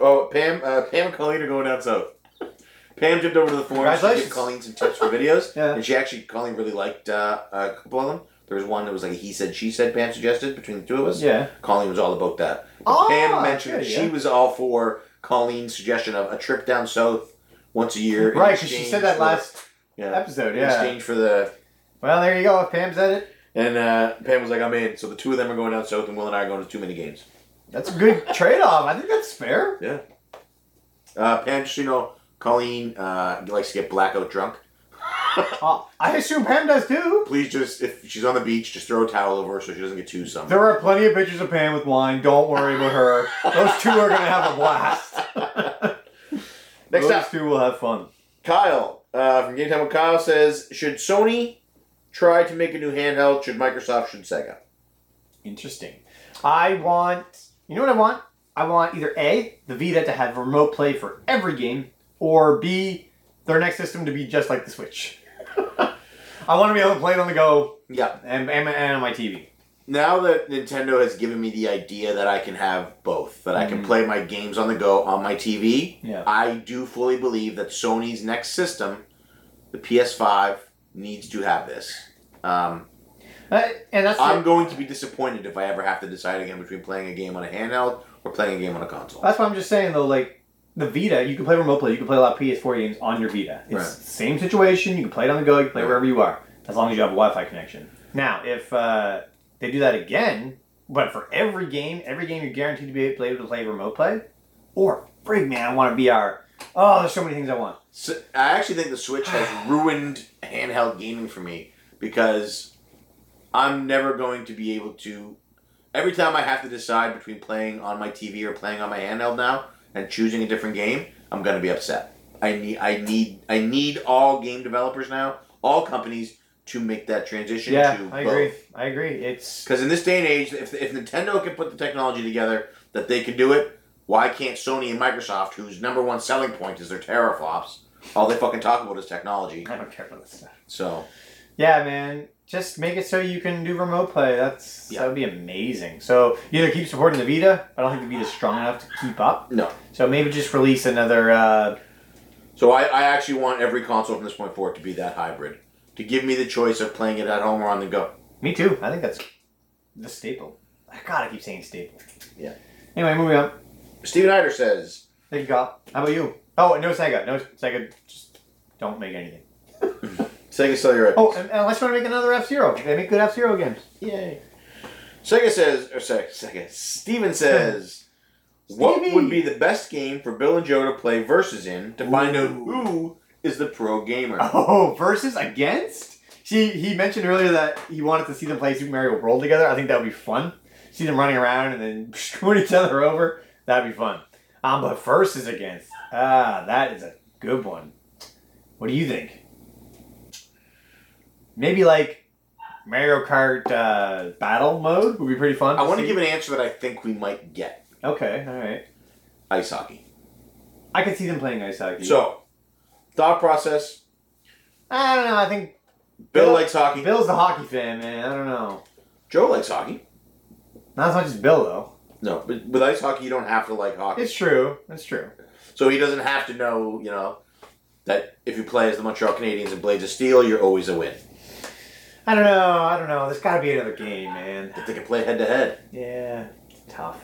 oh, Pam, uh, Pam and Colleen are going down south. Pam jumped over to the forums to give
Congratulations.
Colleen some tips for videos,
Yeah.
and she actually Colleen really liked uh, a couple of them. There was one that was like a he said she said Pam suggested between the two of us.
Yeah.
Colleen was all about that.
Oh,
Pam mentioned
okay,
that
yeah.
she was all for Colleen's suggestion of a trip down south once a year. in
Right, because she
exchange
said that
for-
last
yeah,
episode.
in
Yeah.
exchange for the.
Well, there you go. If Pam said it,
And uh, Pam was like, "I'm in." So the two of them are going down south, and Will and I are going to too many games.
that's a good trade-off. I think that's fair.
Uh, Pam, just so you know, Colleen uh, likes to get blackout drunk. Uh,
Oh, I assume Pam does too.
Please just, if she's on the beach, just throw a towel over her so she doesn't get too sunburned.
There are plenty of pictures of Pam with wine. Don't worry about her. Those two are gonna have a blast.
Next
Those
up,
two will have fun.
Kyle uh, from Game Time with Kyle says, "Should Sony try to make a new handheld? Should Microsoft? Should Sega?"
Interesting. I want. You know what I want? I want either A, the Vita to have remote play for every game, or B, their next system to be just like the Switch. I want to be able to play it on the go
Yeah,
and, and, and on my TV.
now that Nintendo has given me the idea that I can have both, that I can
Mhm.
play my games on the go on my TV,
Yeah.
I do fully believe that Sony's next system, the PS5, needs to have this. Um,
Uh, and that's
I'm going to be disappointed if I ever have to decide again between playing a game on a handheld or playing a game on a console.
that's what I'm just saying though. Like the Vita, you can play remote play. You can play a lot of PS4 games on your Vita. It's
Right.
same situation. You can play it on the go. You can play
Right.
wherever you are, as long as you have a Wi-Fi connection. Now, if uh, they do that again, but for every game, every game you're guaranteed to be able to play remote play, or frig man, I want a VR. Oh, there's so many things I want.
So, I actually think the Switch has ruined handheld gaming for me because I'm never going to be able to. Every time I have to decide between playing on my TV or playing on my handheld now and choosing a different game, I'm going to be upset. I need, I need, I need all game developers now, all companies to make that transition.
Yeah,
to
I agree. I agree. It's
Because in this day and age, if, if Nintendo can put the technology together that they can do it, why can't Sony and Microsoft, whose number one selling point is their teraflops, all they fucking talk about is technology.
I don't care about this stuff.
So
Yeah, man. Just make it so you can do remote play. That's
Yeah.
that would be amazing. So either keep supporting the Vita. I don't think the Vita's strong enough to keep up.
No.
So maybe just release another. Uh,
So I, I actually want every console from this point forward to be that hybrid. To give me the choice of playing it at home or on the go.
me too. I think that's the staple. God, I keep saying staple.
Yeah.
Anyway, moving on.
Steven Eider says,
There you go. How about you? Oh, and no Sega. No Sega. Just don't make anything.
Sega sell your
Oh, and, and unless you want to make another F Zero. They make good F Zero games.
Yay. Sega says, or sorry, Sega, Steven says, what
Stevie.
would be the best game for Bill and Joe to play versus in to find out
Ooh.
who is the pro gamer?
Oh, versus against? She he mentioned earlier that he wanted to see them play Super Mario World together. I think that would be fun. See them running around and then screwing each other over. That'd be fun. Um, but versus against. Ah, that is a good one. What do you think? Maybe like Mario Kart uh, battle mode would be pretty fun.
I want to give an answer that I think we might get
Okay, all right.
ice hockey.
I could see them playing ice hockey.
So, thought process
I don't know. I think
Bill
Bill-
likes hockey,
Bill's the hockey fan, man. I don't know.
Joe likes hockey.
Not as much as Bill though.
No, but with ice hockey, you don't have to like hockey.
It's true. It's true.
So he doesn't have to know, you know, that if you play as the Montreal Canadiens in Blades of Steel, you're always a win.
I don't know. I don't know. There's got to be another game, man.
If they can play head to head,
Yeah, tough.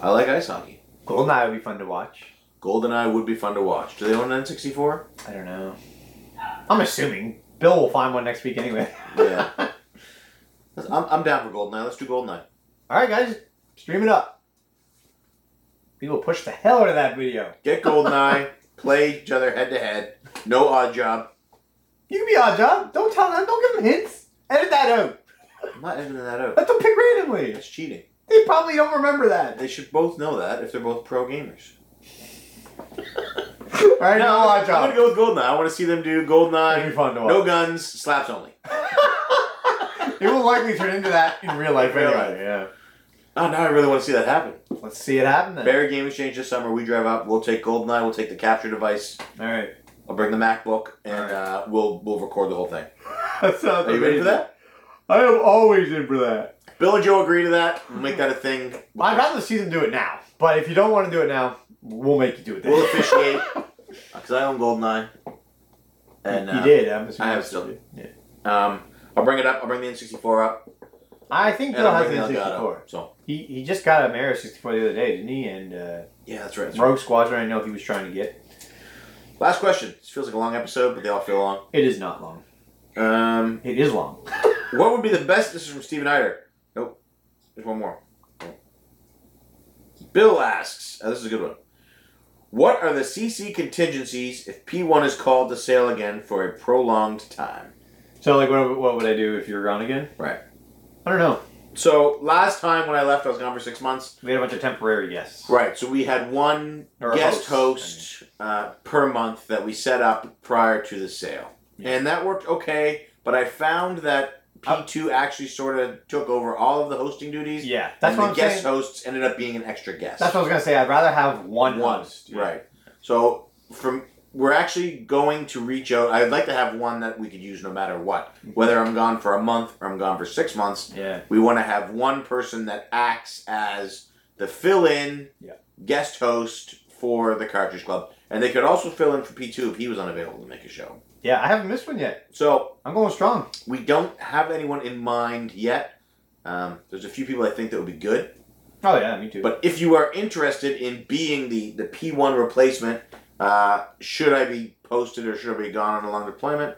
I like ice hockey.
Goldeneye would be fun to watch.
GoldenEye would be fun to watch. Do they own an N64?
I don't know. I'm assuming Bill will find one next week anyway.
Yeah. Let's- I'm, I'm down for GoldenEye. Let's do GoldenEye.
All right, guys, stream it up. We will push the hell out of that video.
Get GoldenEye, play each other head to head. No odd job.
You can be odd job. Don't tell them. Don't give them hints. Edit that out.
I'm not editing that out.
Let them pick randomly.
That's cheating.
They probably don't remember that.
They should both know that if they're both pro gamers.
All right, no
I'm
odd job.
gonna go with Goldeneye. I want to see them do Goldeneye.
It'd be fun to watch.
No guns, slaps only.
It will likely turn into that in real life.
Real
anyway. Yeah.
Oh, now I really want to see that happen.
Let's see it happen then.
Bear Game Exchange this summer. We drive up. We'll take Goldeneye. We'll take the capture device.
All right.
I'll bring the MacBook, and
Alright.
uh, we'll we'll record the whole thing.
That sounds
Are you ready for that?
I am always in for that.
Bill and Joe agree to that. We'll make
Mm-hmm.
that a thing.
I'd rather see them do it now. But if you don't want to do it now, we'll make you do it then.
We'll officiate because Uh, I own Goldeneye, and
you
uh,
did. I'm assuming
I have
you
still.
did. Yeah.
um, I'll bring it up. I'll bring the N64 up,
I think
and
Bill
I'll
has
bring the
an
Elgato.
N64.
So
He, he just got a Mario 64 the other day, didn't he? And uh,
yeah, that's right. That's right.
Rogue Squadron, I know he was trying to get.
Last question. This feels like a long episode, but they all feel long.
It is not long.
Um,
It is long.
what would be the best? This is from Steven Eider. Nope. There's one more. Bill asks. oh, this is a good one. What are the CC contingencies if P1 is called to sail again for a prolonged time?
So, like, what, what would I do if you were gone again?
Right.
I don't know.
So last time when I left, I was gone for six months.
We had a bunch of temporary guests.
Right. So we had one
Or a
guest
host,
host uh, per month that we set up prior to the sale,
Yeah.
and that worked okay. But I found that
Uh,
P2 actually sort of took over all of the hosting duties.
Yeah. That's
and
what
the
I'm
guest
saying.
hosts endst ended up being an extra guest.
That's what I was going to say. I'd rather have one,
One,
host.
right. So from we're actually going to reach out. I'd like to have one that we could use no matter what, whether I'm gone for a month or I'm gone for six months.
Yeah.
We want to have one person that acts as the fill-in
Yeah.
guest host for the Cartridge Club, and they could also fill in for P two if he was unavailable to make a show.
Yeah, I haven't missed one yet.
So
I'm going strong.
we don't have anyone in mind yet. Um, there's a few people I think that would be good.
Oh yeah, me too.
But if you are interested in being the, the P1 replacement, uh, should I be posted or should I be gone on a long deployment?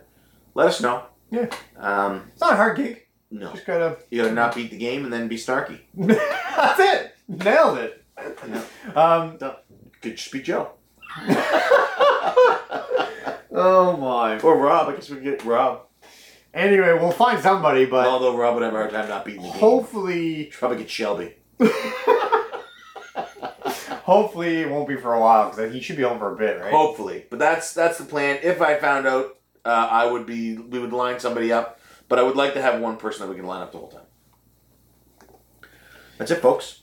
Let us know.
Yeah.
Um,
it's not a hard gig.
no.
Just gotta.
You gotta not beat the game and then be snarky.
That's it. Nailed it. Um.
Could just be Joe.
oh my.
Or Rob. I guess we could get Rob.
Anyway, we'll find somebody, but
Although Rob would have a hard time not beating the game.
hopefully,
Probably get Shelby.
hopefully it won't be for a while because he should be home for a bit, right?
Hopefully, but that's that's the plan. If I found out, uh, I would be we would line somebody up, but I would like to have one person that we can line up the whole time. That's it, folks.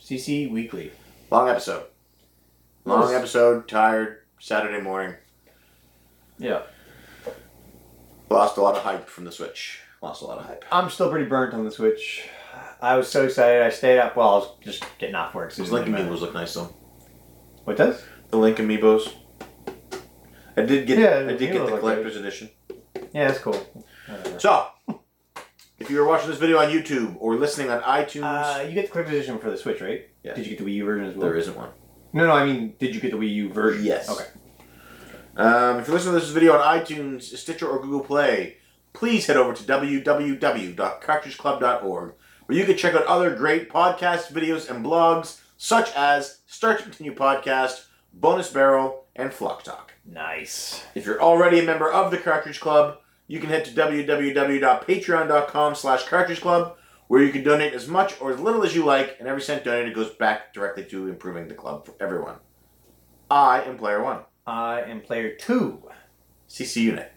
CC Weekly.
Long episode. Long
Yes.
episode. Tired. Saturday morning.
Yeah.
Lost a lot of hype from the Switch. Lost a lot of hype.
I'm still pretty burnt on the Switch. I was so excited. I stayed up. Well, I was just getting off work. So it
Those
didn't
Link
really matter.
amiibos look nice though.
What does?
The Link amiibos. I did get.
Yeah,
I
they
did
look
get the
like
collector's edition.
Yeah, that's cool.
So, if you were watching this video on YouTube or listening on iTunes,
Uh, you get the clip edition for the Switch, right?
Yeah.
Did you get the Wii U version as well?
there isn't one.
No, no. I mean, did you get the Wii U version?
Yes.
Okay.
Um, if you're listening to this video on iTunes, Stitcher, or Google Play, please head over to www.cartridgeclub.org where you can check out other great podcasts, videos, and blogs such as Start to Continue Podcast, Bonus Barrel, and Flock Talk.
Nice.
If you're already a member of the Cartridge Club, you can head to www.patreon.com slash cartridge club where you can donate as much or as little as you like, and every cent donated goes back directly to improving the club for everyone. I am Player One.
I am player two.
CC Unit.